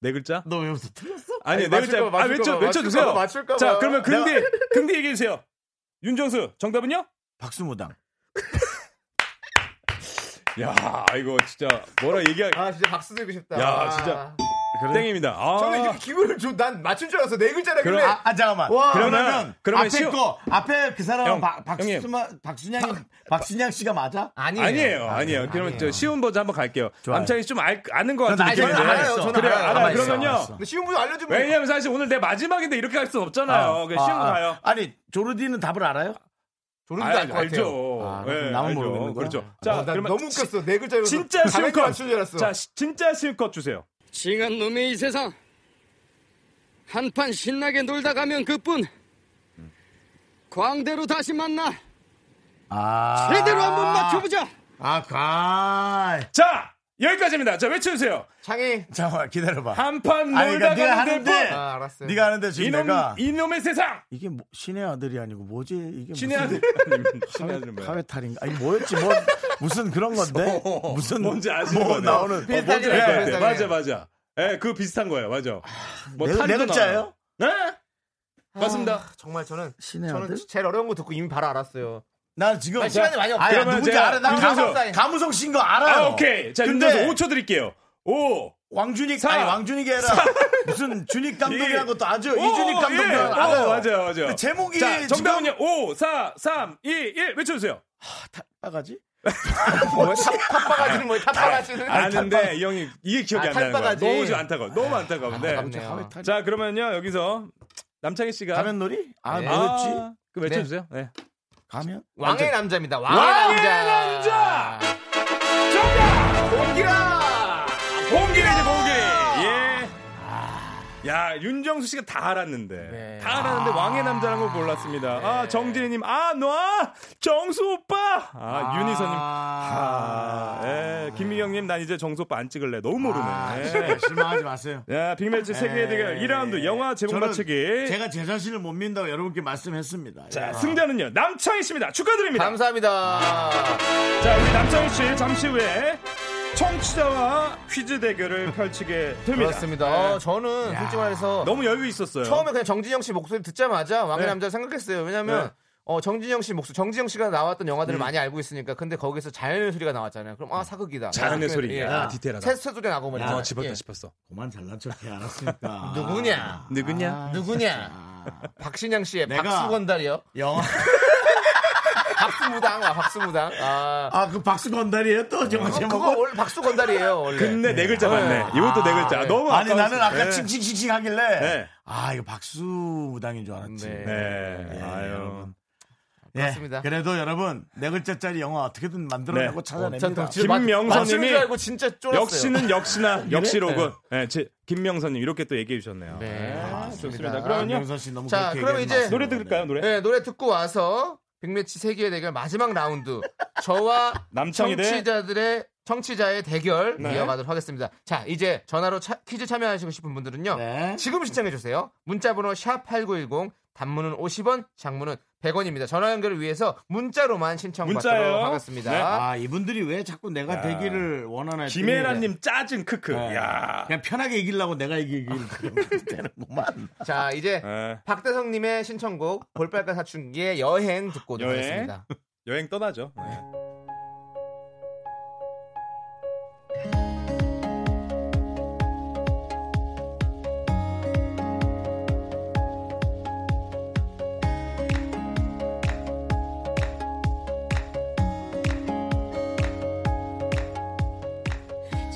네 글자? 너 왜 웃어? 틀렸어? 아니, 아니, 네 맞출까 글자. 봐, 아, 맞출까 외쳐 봐, 외쳐 주세요. 맞출까 봐. 자, 그러면 근데 근데 얘기해 주세요. 윤정수 정답은요? 박수무당. 야, 이거 진짜 뭐라 얘기하 아 진짜 박수 드리고 싶다. 야, 아. 진짜. 땡입니다. 아. 저는 이렇게 기분을 좀 난 맞출 줄 알았어 네 글자라 그럼- 그래. 아, 아, 잠깐만. 와. 그러면 그러면 앞에 시오- 거 앞에 그 사람은 형, 박- 형님. 박수마 박순양이 박순양 씨가 맞아? 아니에요. 아니에요, 아니에요. 그러면 저 쉬운 버전 한번 갈게요. 좋아요. 남창이 좀 알, 아는 것 저는 같은 알죠. 느낌인데. 저는 알아요. 저는 그래요, 알아요. 알아요. 알아요. 그러면요. 근데 쉬운 분 알려주면 왜냐면 사실 오늘 내 마지막인데 이렇게 할 순 없잖아요. 그냥 쉬운 거 가요. 아니 조르디는 답을 알아요? 조르디도 알 것 같아요. 알죠. 아, 예, 그럼 나만 알죠. 모르겠는 거야? 그렇죠. 아, 자, 아, 난 그러면 너무 지- 웃겼어 네 글자로. 진짜 쉬운 컷. 맞출 줄 알았어. 자, 시- 진짜 쉬운 컷 주세요. 지간 놈의 이 세상 한판 신나게 놀다 가면 그뿐 광대로 다시 만나 아. 제대로 한번 맞춰보자 아, 가. 자, 여기까지입니다. 자, 외쳐주세요. 창희. 잠깐만 기다려봐. 한판 아니, 놀다 그러니까 네가 가는 하는데 대뿐. 아 알았어요. 네가 하는데 지금 이놈, 내가 이놈의 세상. 이게 뭐, 신의 아들이 아니고 뭐지 이게 신의 무슨 아들. 신의 아들은 뭐야? 카웨탈인가? 아니 뭐였지? 뭐 무슨 그런 건데? 어. 무슨 뭔지 아시는 뭐 거네요. 나오는 어, 뭔지 비슷하게 알것 같아요. 비슷하게. 맞아, 맞아. 예, 그거 비슷한 거예요. 맞아. 뭐 네, 네 탈도 글자예요? 나와요. 네? 맞습니다. 아, 정말 저는 신의 저는 아들? 제일 어려운 거 듣고 이미 바로 알았어요. 나 지금 아니, 시간이 많이 없어. 아니, 그러면 누군지 제가 알아. 나 윤정수. 가무성 가무성 씨인 거 알아요. 아, 오케이. 자, 어. 근데 윤정수 5초 드릴게요. 5, 왕준익 사. 아니 왕준익이 아니라 무슨 준익 감독이라는 이. 것도 아주 오, 이준익 감독이 예. 알아요. 어, 맞아요, 맞아요. 근데 제목이 자, 정답은요. 5, 4, 3, 2, 1. 외쳐주세요. 빠가지? 뭐야? 탑바가지는 뭐야? 탑바가지는 아는데 이 형이 이게 기억이 아, 안 나는 거야. 탈바가지. 너무 좀 안타까워. 너무 안타까운데. 아깝네요. 자, 그러면요. 여기서 남창희 씨가 가면놀이? 아 네. 뭐였지? 아, 그 외쳐 주세요. 네. 가면? 왕의 남자입니다. 왕의, 왕의 남자. 남자! 정답! 공기라. 봉길이지, 봉길. 예. 야, 윤정수 씨가 다 알았는데. 네. 다 알았는데 아. 왕의 남자라는 걸 몰랐습니다. 네. 아, 정진희 님. 아, 놔! 정수 오빠! 아, 윤희선 님. 아, 예. 김미경 님, 난 이제 정수 오빠 안 찍을래. 너무 모르네. 아, 예. 네, 실망하지 마세요. 예. 야, 빅매치 세계의 대결 2라운드 영화 제목 저는 맞추기. 제가 제 자신을 못 믿는다고 여러분께 말씀했습니다. 자, 예. 승자는요. 남창희 씨입니다. 축하드립니다. 감사합니다. 자, 우리 남창희 씨 잠시 후에 청취자와 퀴즈 대결을 펼치게 됩니다. 예. 그렇습니다. 어, 저는 솔직히 말해서 너무 여유 있었어요. 처음에 그냥 정진영 씨 목소리 듣자마자 왕의 네. 남자 생각했어요. 왜냐면 네. 어, 정진영 씨 목소리, 정진영 씨가 나왔던 영화들을 많이 알고 있으니까 근데 거기서 자연의 소리가 나왔잖아요. 그럼 아 사극이다. 자연의 예. 소리. 야, 아, 디테일하다. 새새 소리 나고 뭐 말이야. 아, 집었다 싶었어. 그만 잘난 척해 알았으니까. 누구냐? 누구냐? 누구냐? 아, 박신양 씨의 내가- 박수건달이요. 영화. 박수무당, 아, 박수무당. 아, 아 그 박수 건달이에요 또 아, 영화 어, 그거 제목. 원래 박수건달이에요. 원래. 근데 네 글자 맞네. 이것도 네 글자. 네. 너무 아니 아까웠어. 나는 아까 네. 칭칭칭칭 하길래 네. 아 이거 박수 무당인 줄 알았지. 네. 네. 예, 아유. 여러분. 예, 그렇습니다. 그래도 여러분 네 글자짜리 영화 어떻게든 만들어내고 네. 찾아냅니다. 김명선님이- 맞추는 줄 알고 진짜 쫄았어요. 역시는 역시나 역시로군. 네, 제- 김명선님 이렇게 또 얘기해 주셨네요. 네, 아, 좋습니다. 좋습니다. 그러면요 명선 씨 너무 자, 그렇게 그럼 얘기하지 이제 마세요. 노래 들을까요 노래? 네, 노래 듣고 와서 빅매치 세계의 대결 마지막 라운드 저와 남창희 대 청취자들의 청취자의 대결 네. 이어가도록 하겠습니다. 자, 이제 전화로 차- 퀴즈 참여하시고 싶은 분들은요. 네. 지금 신청해 주세요. 문자 번호 샵 8910 단문은 50원, 장문은 100원입니다. 전화 연결을 위해서 문자로만 신청 문자예요? 받도록 하겠습니다. 네. 아 이분들이 왜 자꾸 내가 야. 되기를 원하나 했더니 김혜란님 짜증 크크. 야. 그냥 편하게 이기려고 내가 이기기를 아. 그때는구만 자, 이제 예. 박대성님의 신청곡 볼빨간 사춘기의 여행 듣고 여행. 오겠습니다. 여행 떠나죠. 네.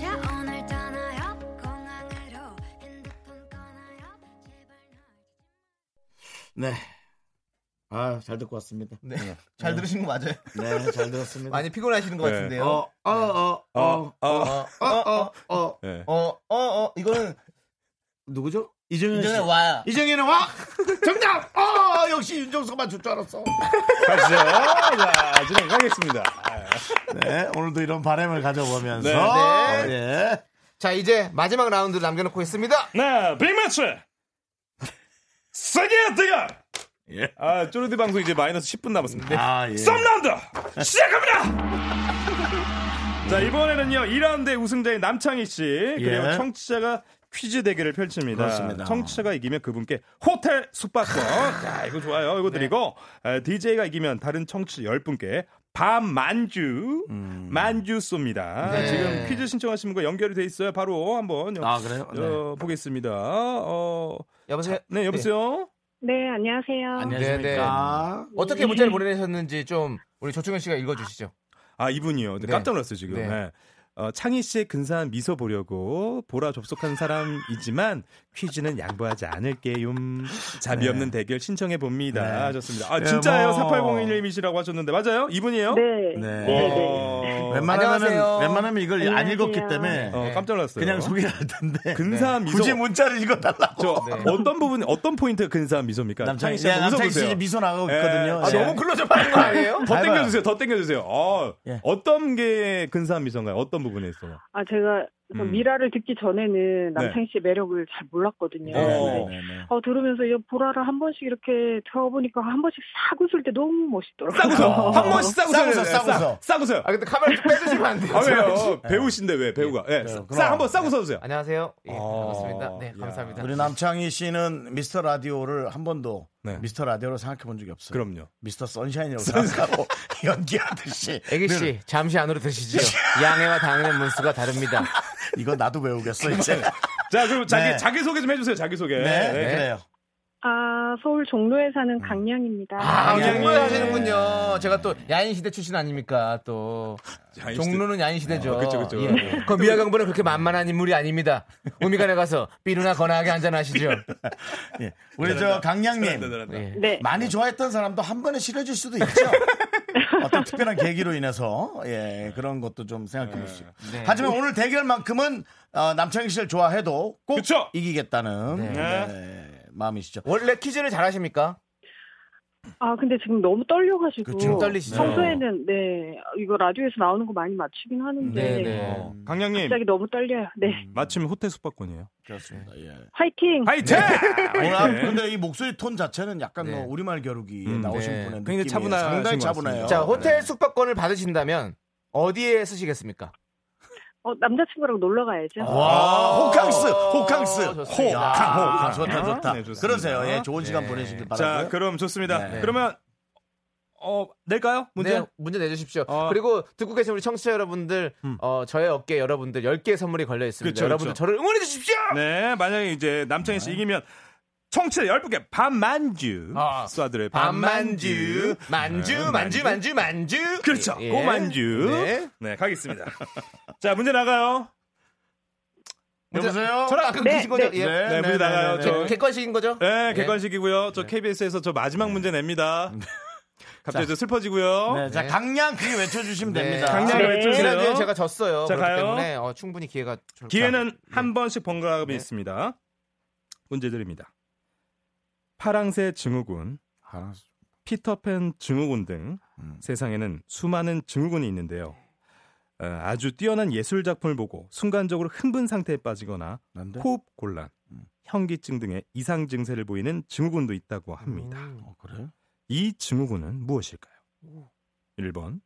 자 오늘 떠나요 공항으로 핸드폰 꺼나요 제발 네. 아, 잘 듣고 왔습니다. 네. 잘 들으신 거 맞아요? 네, 잘 들었습니다. 많이 피곤하시는 것 네. 같은데요. 어, 어, 어, 어, 어, 어, 어. 어, 어, 어, 어. 예. 어, 어, 어, 이거는 누구죠? 이정현 씨. 이전에 와. 이정현은 와! 정답! 어, 역시 윤정수만 줄 줄 알았어. 가시죠. 자, 진행하겠습니다. 네, 오늘도 이런 바람을 가져보면서. 네. 어, 네. 예. 자, 이제 마지막 라운드 남겨놓고 있습니다. 네, 빅매치! 세계 대결! 네. 예. 아, 쪼르디 방송 이제 마이너스 10분 남았습니다. 아, 예. 썸라운드 시작합니다. 자 이번에는요 2라운드의 우승자인 남창희 씨 그리고 예. 청취자가 퀴즈 대결을 펼칩니다. 그렇습니다. 청취자가 이기면 그분께 호텔 숙박권. 자 이거 좋아요. 이거 드리고 네. 에, DJ가 이기면 다른 청취 10분께 밤 만주 음. 만주 쏩니다. 네. 지금 퀴즈 신청하신 분과 연결이 돼 있어요. 바로 한번 여, 아, 그래요? 네. 여- 보겠습니다. 어, 여보세요? 네, 네 여보세요. 네, 안녕하세요. 안녕하십니까. 어떻게 문자를 보내셨는지 좀 우리 조충현 씨가 읽어주시죠. 아 이분이요. 네. 깜짝 놀랐어요 지금. 네. 네. 어, 창희 씨의 근사한 미소 보려고 보라 접속한 사람이지만 퀴즈는 양보하지 않을게요. 자비 네. 없는 대결 신청해 봅니다. 네. 좋습니다. 아 네, 진짜예요. 뭐. 4801님이시라고 하셨는데 맞아요? 이분이에요? 네. 네. 와. 안녕하세요. 웬만하면, 웬만하면 이걸 안 안녕하세요. 읽었기 때문에 어, 깜짝 놀랐어요. 그냥 소개를 할 텐데. 근사한 미소. 굳이 뭐- 문자를 읽어달라고. 저 네. 어떤 부분 어떤 포인트가 근사한 미소입니까? 남창희 씨, 한번 남창희 웃어보세요. 씨 미소 나가고 예. 있거든요. 아, 예. 너무 클로즈업 하는 거 아니에요? 더 잘 봐요. 땡겨주세요. 더 땡겨주세요. 어, 예. 어떤 게 근사한 미소인가요? 어떤 부분에 있어? 아, 제가 그 음. 미라를 듣기 전에는 네. 남창희 씨 매력을 잘 몰랐거든요. 네, 네, 근데 네. 어, 들으면서 이 보라를 한 번씩 이렇게 들어보니까 한 번씩 싹 웃을 때 너무 멋있더라고요. 싸구서 한 번씩 싸구서, 싸구서 싸구서. 싸구서요. 아, 근데 카메라 좀 빼주시면 안 돼요. 아, 왜요? 배우신데 왜 배우가? 예, 네, 싸- 그럼. 싸 한번 싸고 써주세요. 안녕하세요. 예, 아, 반갑습니다. 네, 야. 감사합니다. 우리 남창희 씨는 미스터 라디오를 한 번도 네. 미스터 라디오로 생각해 본 적이 없어요. 그럼요. 미스터 선샤인이라고 생각하고 연기하듯이. 애기 씨, 잠시 안으로 드시죠. 양해와 당연의 문수가 다릅니다. 이거 나도 배우겠어 이제. 자, 그럼 자기 네. 자기 소개 좀 해주세요. 자기 소개. 네, 그래요. 아, 서울 종로에 음. 사는 강량입니다. 아, 양양이. 정말 하시는군요. 제가 또 야인 시대 출신 아닙니까? 또 종로는 야인 시대죠. 어, 그쵸, 그쵸. 네. 그 미화경부는 그렇게 만만한 인물이 아닙니다. 우미관에 가서 삐루나 거나하게 한잔 하시죠. 예. 우리 저 잘한다, 강량님 잘한다. 예. 네. 많이 좋아했던 사람도 한 번에 싫어질 수도 있죠. 어떤 특별한 계기로 인해서 예 그런 것도 좀 생각해 볼 수 있고. 예. 네. 하지만 오늘 대결만큼은 어, 남창희 씨를 좋아해도 꼭 그쵸? 이기겠다는 네. 네, 마음이시죠. 원래 퀴즈를 잘 하십니까? 아, 근데 지금 너무 떨려가지고. 그쵸. 떨리시죠? 평소에는, 네, 이거 라디오에서 나오는 거 많이 맞추긴 하는데. 네, 어, 강량님 갑자기 너무 떨려요. 음. 네. 맞추면 호텔 숙박권이에요. 그렇습니다. 예. 화이팅! 화이팅! 오늘 아, 네. 근데 이 목소리 톤 자체는 약간 네. 뭐 우리말 겨루기 에 음, 나오신 네. 분의 굉장히 느낌이 차분하신 상당히 것 차분해요. 같습니다. 네. 자, 호텔 숙박권을 받으신다면 어디에 쓰시겠습니까? 어, 남자친구랑 놀러 가야죠. 와, 아, 호캉스, 호캉스, 어, 좋습니다. 호캉, 호캉, 좋다, 아, 좋다. 네, 좋습니다. 그러세요. 예, 좋은 시간 네. 보내시길 바라고요. 자, 그럼 좋습니다. 네. 그러면 어 낼까요? 문제? 네, 문제 내주십시오. 어. 그리고 듣고 계신 우리 청취자 여러분들, 어, 저의 어깨에 여러분들 10개의 선물이 걸려 있습니다. 그쵸, 여러분들 그쵸. 저를 응원해 주십시오! 네, 만약에 이제 남창희 씨 이기면 청취자 10분께 반만주 아, 쏴드려요. 반만주, 네, 만주, 만주, 만주, 만주. 그렇죠. 예. 고만주. 네. 네, 가겠습니다. 자, 문제 나가요. 여보세요? 저랑 아까 네, 그신 거죠? 네. 예. 네, 문제 나가요. 네, 저- 객- 객관식인 거죠? 네, 객관식이고요. 저 KBS에서 저 마지막 문제 냅니다. 갑자기 저 슬퍼지고요. 네, 자, 네. 강량 크게 외쳐주시면 네. 됩니다. 강량 네. 외쳐주세요. 지난주에 제가 졌어요. 자, 그렇기 가요. 때문에 어, 충분히 기회가 줄까. 기회는 한 번씩 번갈아 가 있습니다. 문제 드립니다. 파랑새 증후군, 피터팬 증후군 등 세상에는 수많은 증후군이 있는데요. 어, 네. 아주 뛰어난 예술 작품을 보고 순간적으로 흥분 상태에 빠지거나 난데? 호흡 곤란, 음, 현기증 등의 이상 증세를 보이는 증후군도 있다고 합니다. 어, 그래? 이 증후군은 무엇일까요? 1번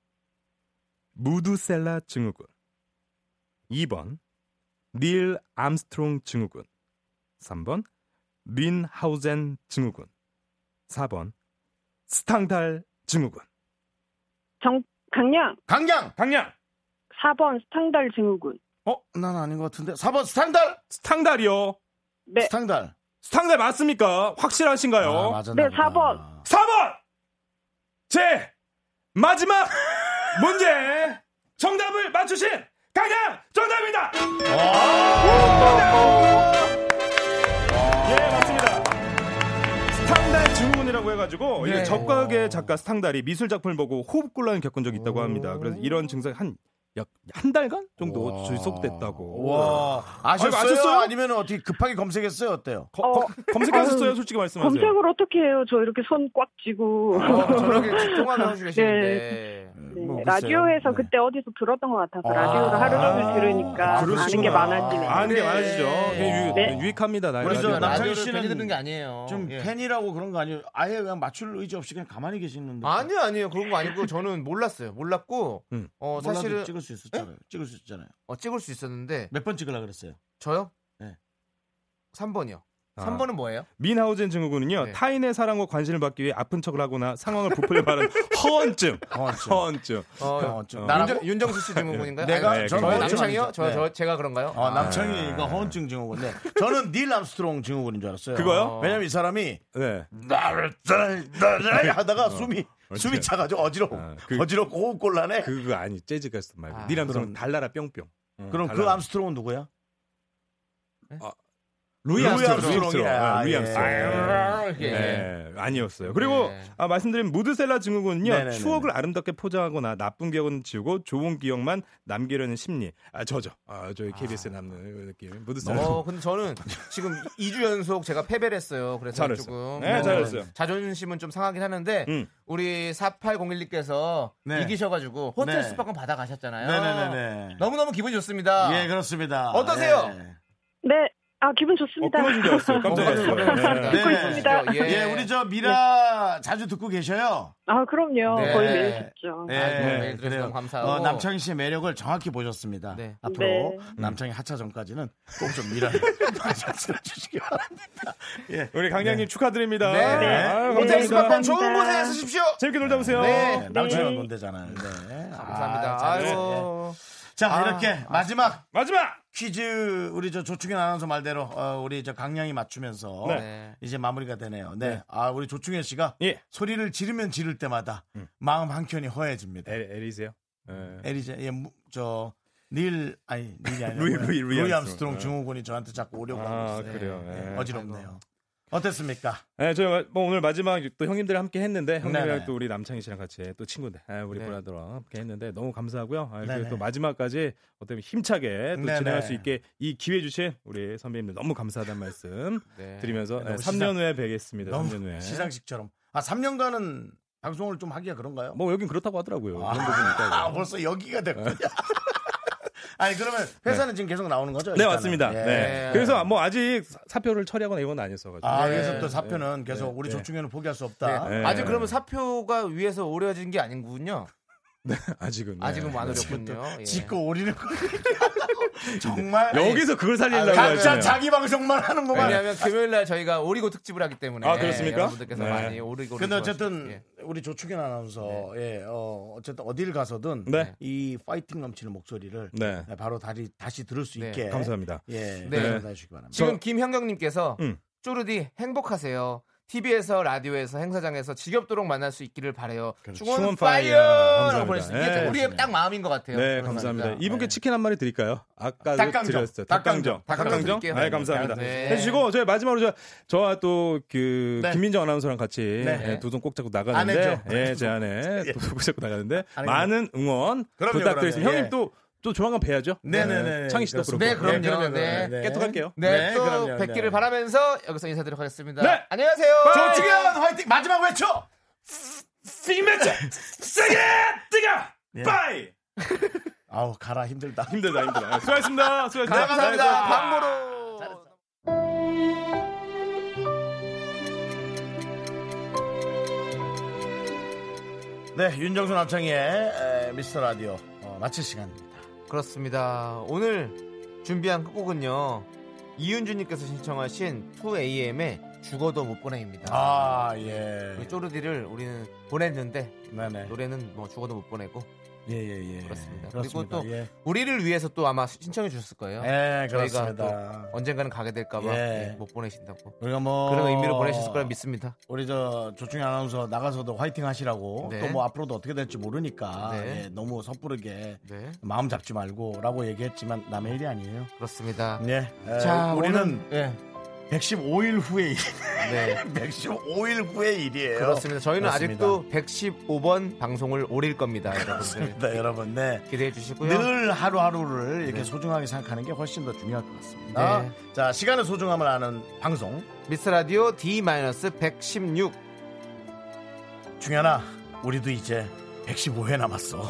무두셀라 증후군 2번 닐 암스트롱 증후군 3번 린하우젠 증후군 4번 스탕달 증후군 정 강량. 강량. 강량. 4번 스탕달 증후군. 어, 난 아닌 것 같은데. 4번 스탕달. 스탕달이요. 네. 스탕달. 아, 스탕달 아, 맞습니까? 확실하신가요? 네, 4번. 4번! 제 마지막 문제 정답을 맞추신 강양 정답입니다. 예 맞습니다. 스탕달 증후군이라고 해가지고 네. 이 저가계 작가 스탕달이 미술 작품을 보고 호흡곤란을 겪은 적이 있다고 합니다. 그래서 이런 증상이 한약한 달간 정도 지속됐다고. 와. 아셨어요? 아니, 아셨어요? 아니면 어떻게 급하게 검색했어요? 어때요? 검색하셨어요? 솔직히 말씀하세요. 검색을 어떻게 해요? 저 이렇게 손 꽉 쥐고. 아. 어, 저렇게 집중하고 하시고 네. 계시는데. 네, 뭐 글쎄요. 라디오에서 그때 어디서 들었던 것 같아서 라디오를 하루 종일 들으니까 아는 게 많아지네요. 아는 게 많아지죠. 그게 유- 네. 유익합니다. 나이 우리 저 라디오는. 남창희 라디오를 씨는 괜히 듣는 게 아니에요. 좀 네. 예. 팬이라고 그런 거 아니에요? 아예 그냥 맞출 의지 없이 그냥 가만히 계시는데. 아니요, 아니요. 그런 거 아니고 저는 몰랐어요. 몰랐고, 어, 음. 몰라도 사실은 찍을 수 있었잖아요. 찍을 수 있잖아요. 어, 찍을 수 있었는데 몇 번 찍으려 그랬어요? 저요? 네. 3번이요. 아. 3번은 뭐예요? 민하우젠 증후군은요 네. 타인의 사랑과 관심을 받기 위해 아픈 척을 하거나 상황을 부풀려 말하는 허언증. 허언증. 어, 그 나라고? 윤정- 윤정수 씨 증후군인가요? 내가 아니, 저는 뭐 저요? 허언증 남창이요? 아니죠. 저- 네. 저- 제가 그런가요? 어, 아. 남창이가 허언증 증후군. 네. 저는 닐 암스트롱 증후군인 줄 알았어요. 그거요? 왜냐면 이 사람이 네. 나를 나를 하다가 어. 숨이 그렇죠. 숨이 차가지고 어지러워. 어지럽고 호흡 곤란해. 아, 그, 그거 아니 재즈 가수 말고 아, 닐암스롱 그럼. 달나라 뿅뿅. 응, 그럼 그 달나라. 암스트롱은 누구야? 루이 루이 암스트롱. 루이 암스트롱. 암스트롱이야. 아, 루이 예. 암스트롱. 네. 아유, 이렇게. 네, 아니었어요. 그리고 아, 말씀드린 무드셀라 증후군은요 예. 네네네네. 추억을 아름답게 포장하거나 나쁜 기억은 지우고 좋은 기억만 남기려는 심리. 아 저죠. 아 저희 KBS에 남는 느낌. 무드셀라. 어, 근데 저는 지금 2주 연속 제가 패배를 했어요. 그래서 잘했어. 조금 네, 뭐 잘했어요. 자존심은 좀 상하긴 하는데 음. 우리 4801님께서 네. 이기셔가지고 호텔 네. 숙박권 받아가셨잖아요. 네네네네. 너무너무 기분이 좋습니다. 예, 그렇습니다. 어떠세요? 예. 네. 아, 기분 어, 좋습니다. 듣고 네. 있습니다. 예. 우리 저 미라 자주 듣고 계셔요. 아, 그럼요. 네. 그렇죠. 거의 매일 듣죠. 예, 아이고, 매일 들어주셔서 그래요. 너무 감사하고. 어, 남창희 씨의 매력을 정확히 보셨습니다. 앞으로 네. 남창희 하차전까지는 꼭 좀 미라 들어주시기 바랍니다. 예. 우리 강량님 축하드립니다. 네. 네. 아유, 호텔 감사합니다. 숙박권 좋은 곳에 쓰십시오. 재밌게 놀다 오세요. 네, 남창희 논대잖아요. 네. 감사합니다. 아, 아이고. 잘했어요. 예. 자, 아, 이렇게 마지막 마지막 퀴즈 우리 저 조충현 아나운서 말대로 어, 우리 저 강량이 맞추면서 네. 이제 마무리가 되네요. 네, 네. 아 우리 조충현 씨가 예. 소리를 지르면 지를 때마다 마음 한 켠이 허해집니다. 엘- 엘리세요. 예. 에리제 예저닐 아니 닐이 아니라 루이, 뭐야? 루이, 루이 암스트롱. 암스트롱 증후군이 저한테 자꾸 오려고 아, 하고 있어요. 그래요. 예. 어지럽네요. 어땠습니까? 네, 저희 뭐 오늘 마지막 또 형님들 함께 했는데 형님이랑 네네. 또 우리 남창희 씨랑 같이 또 친구들 아, 우리 네. 브라더랑 함께 했는데 너무 감사하고요. 아, 이렇게 네네. 또 마지막까지 어떻게 보면 힘차게 또 네네. 진행할 수 있게 이 기회 주신 우리 선배님들 너무 감사하다는 말씀 네. 드리면서 예, 너무 3년 시상- 후에 뵙겠습니다. 너무 3년 후에 시상식처럼 아 3년간은 방송을 좀 하기가 그런가요? 뭐 여긴 그렇다고 하더라고요. 아, 그런 부분 있다고. 네, 아, 벌써 여기가 됐군요. 아니 그러면 회사는 지금 계속 나오는 거죠? 네 일단은? 맞습니다. 예. 네. 그래서 뭐 아직 사- 사표를 처리하거나 이건 아니었어가지고. 아 네. 그래서 또 사표는 계속 네. 우리 네. 조충현은 포기할 수 네. 없다. 아직 그러면 사표가 위에서 오려진 게 아니군요. 아직은 네. 뭐 아직은 안 오렸군요. 예. 짓고 오리는 거 정말 여기서 그걸 살리려고 아, 각자 하잖아요. 자기 방송만 하는 거만. 네. 왜냐하면 금요일 날 저희가 오리고 특집을 하기 때문에 아, 그렇습니까? 여러분들께서 네. 많이 오리고 근데 오리고 어쨌든 하시죠. 예. 우리 조충현 아나운서 예, 어, 어쨌든 어딜 가서든 네. 이 파이팅 넘치는 목소리를 네. 바로 다시 다시 들을 수 네. 있게 감사합니다. 예, 네. 감사해 주시기 바랍니다. 지금 김현경님께서 음. 쪼르디 행복하세요. TV에서 라디오에서 행사장에서 지겹도록 만날 수 있기를 바래요. 충원 충원 그렇죠. 파이어! 감사합니다. 파이어라고 보냈어요. 이게 예. 우리의 딱 마음인 것 같아요. 네, 감사합니다. 이분께 치킨 한 마리 드릴까요? 아까 그 닭강정. 드렸어요. 닭강정. 닭강정. 닭강정. 닭강정 드릴게요. 네, 감사합니다. 네. 해주시고 저희 마지막으로 저, 저와 또 그 네. 김민정 아나운서랑 같이 네. 두 손 꼭 잡고 아내죠. 나가는데, 예, 제 안에 두 손 꼭 잡고 나가는데 아내죠. 많은 응원 그럼요, 부탁드리겠습니다. 그럼요. 형님 예. 또. 또 조만간 뵈야죠. 네네네. 창희 씨도 그렇고. 네, 그럼요. 예, 그러면 네. 네. 깨톡할게요. 네, 네, 또 그럼요. 뵙기를 네. 바라면서 여기서 인사드리도록 하겠습니다. 네. 안녕하세요. 조충현 화이팅 마지막 외쳐. 빅매치 세게 뜨거. 빠이. 예. 아우 가라 힘들다. 힘들다 힘들다. 수고하셨습니다. 수고하셨습니다. 감사합니다. 수고하셨습니다. 방보로. 네, 윤정수 남창희의 에, 미스터 라디오 어, 마칠 시간입니다. 그렇습니다. 오늘 준비한 끝곡은요. 이윤주님께서 신청하신 2AM의 죽어도 못 보내입니다. 아, 예. 우리 쪼르디를 우리는 보냈는데 네네. 노래는 뭐 죽어도 못 보내고 예, 예, 예. 그렇습니다. 그렇습니다. 그리고 또 예. 우리를 위해서 또 아마 신청해 주셨을 거예요. 예, 저희가 그렇습니다. 또 언젠가는 가게 될까봐 예. 예, 못 보내신다고. 우리가 뭐 그런 의미로 보내셨을 거라 믿습니다. 우리 저 조충희 아나운서 나가서도 화이팅 하시라고 네. 또 뭐 앞으로도 어떻게 될지 모르니까 네. 예, 너무 섣부르게 네. 마음 잡지 말고라고 얘기했지만 남의 일이 아니에요. 그렇습니다. 네. 에, 자, 우리는 오늘- 예. 115일 후에 일. 네. 115일 후에 일이에요. 그렇습니다. 저희는 그렇습니다. 아직도 115번 방송을 오릴 겁니다, 여러분들. 그렇습니다, 여러분. 네. 기대해 주시고요. 늘 하루하루를 이렇게 네. 소중하게 생각하는 게 훨씬 더 중요할 것 같습니다. 자, 시간의 소중함을 아는 방송. 미스 라디오 D-116. 중현아, 우리도 이제 115회 남았어.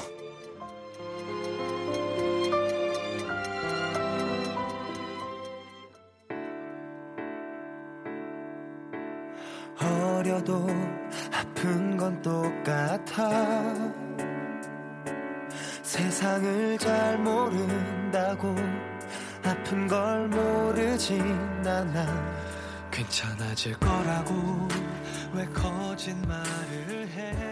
어려도 아픈 건 똑같아 세상을 잘 모른다고 아픈 걸 모르진 않아 괜찮아질 거라고 왜 거짓말을 해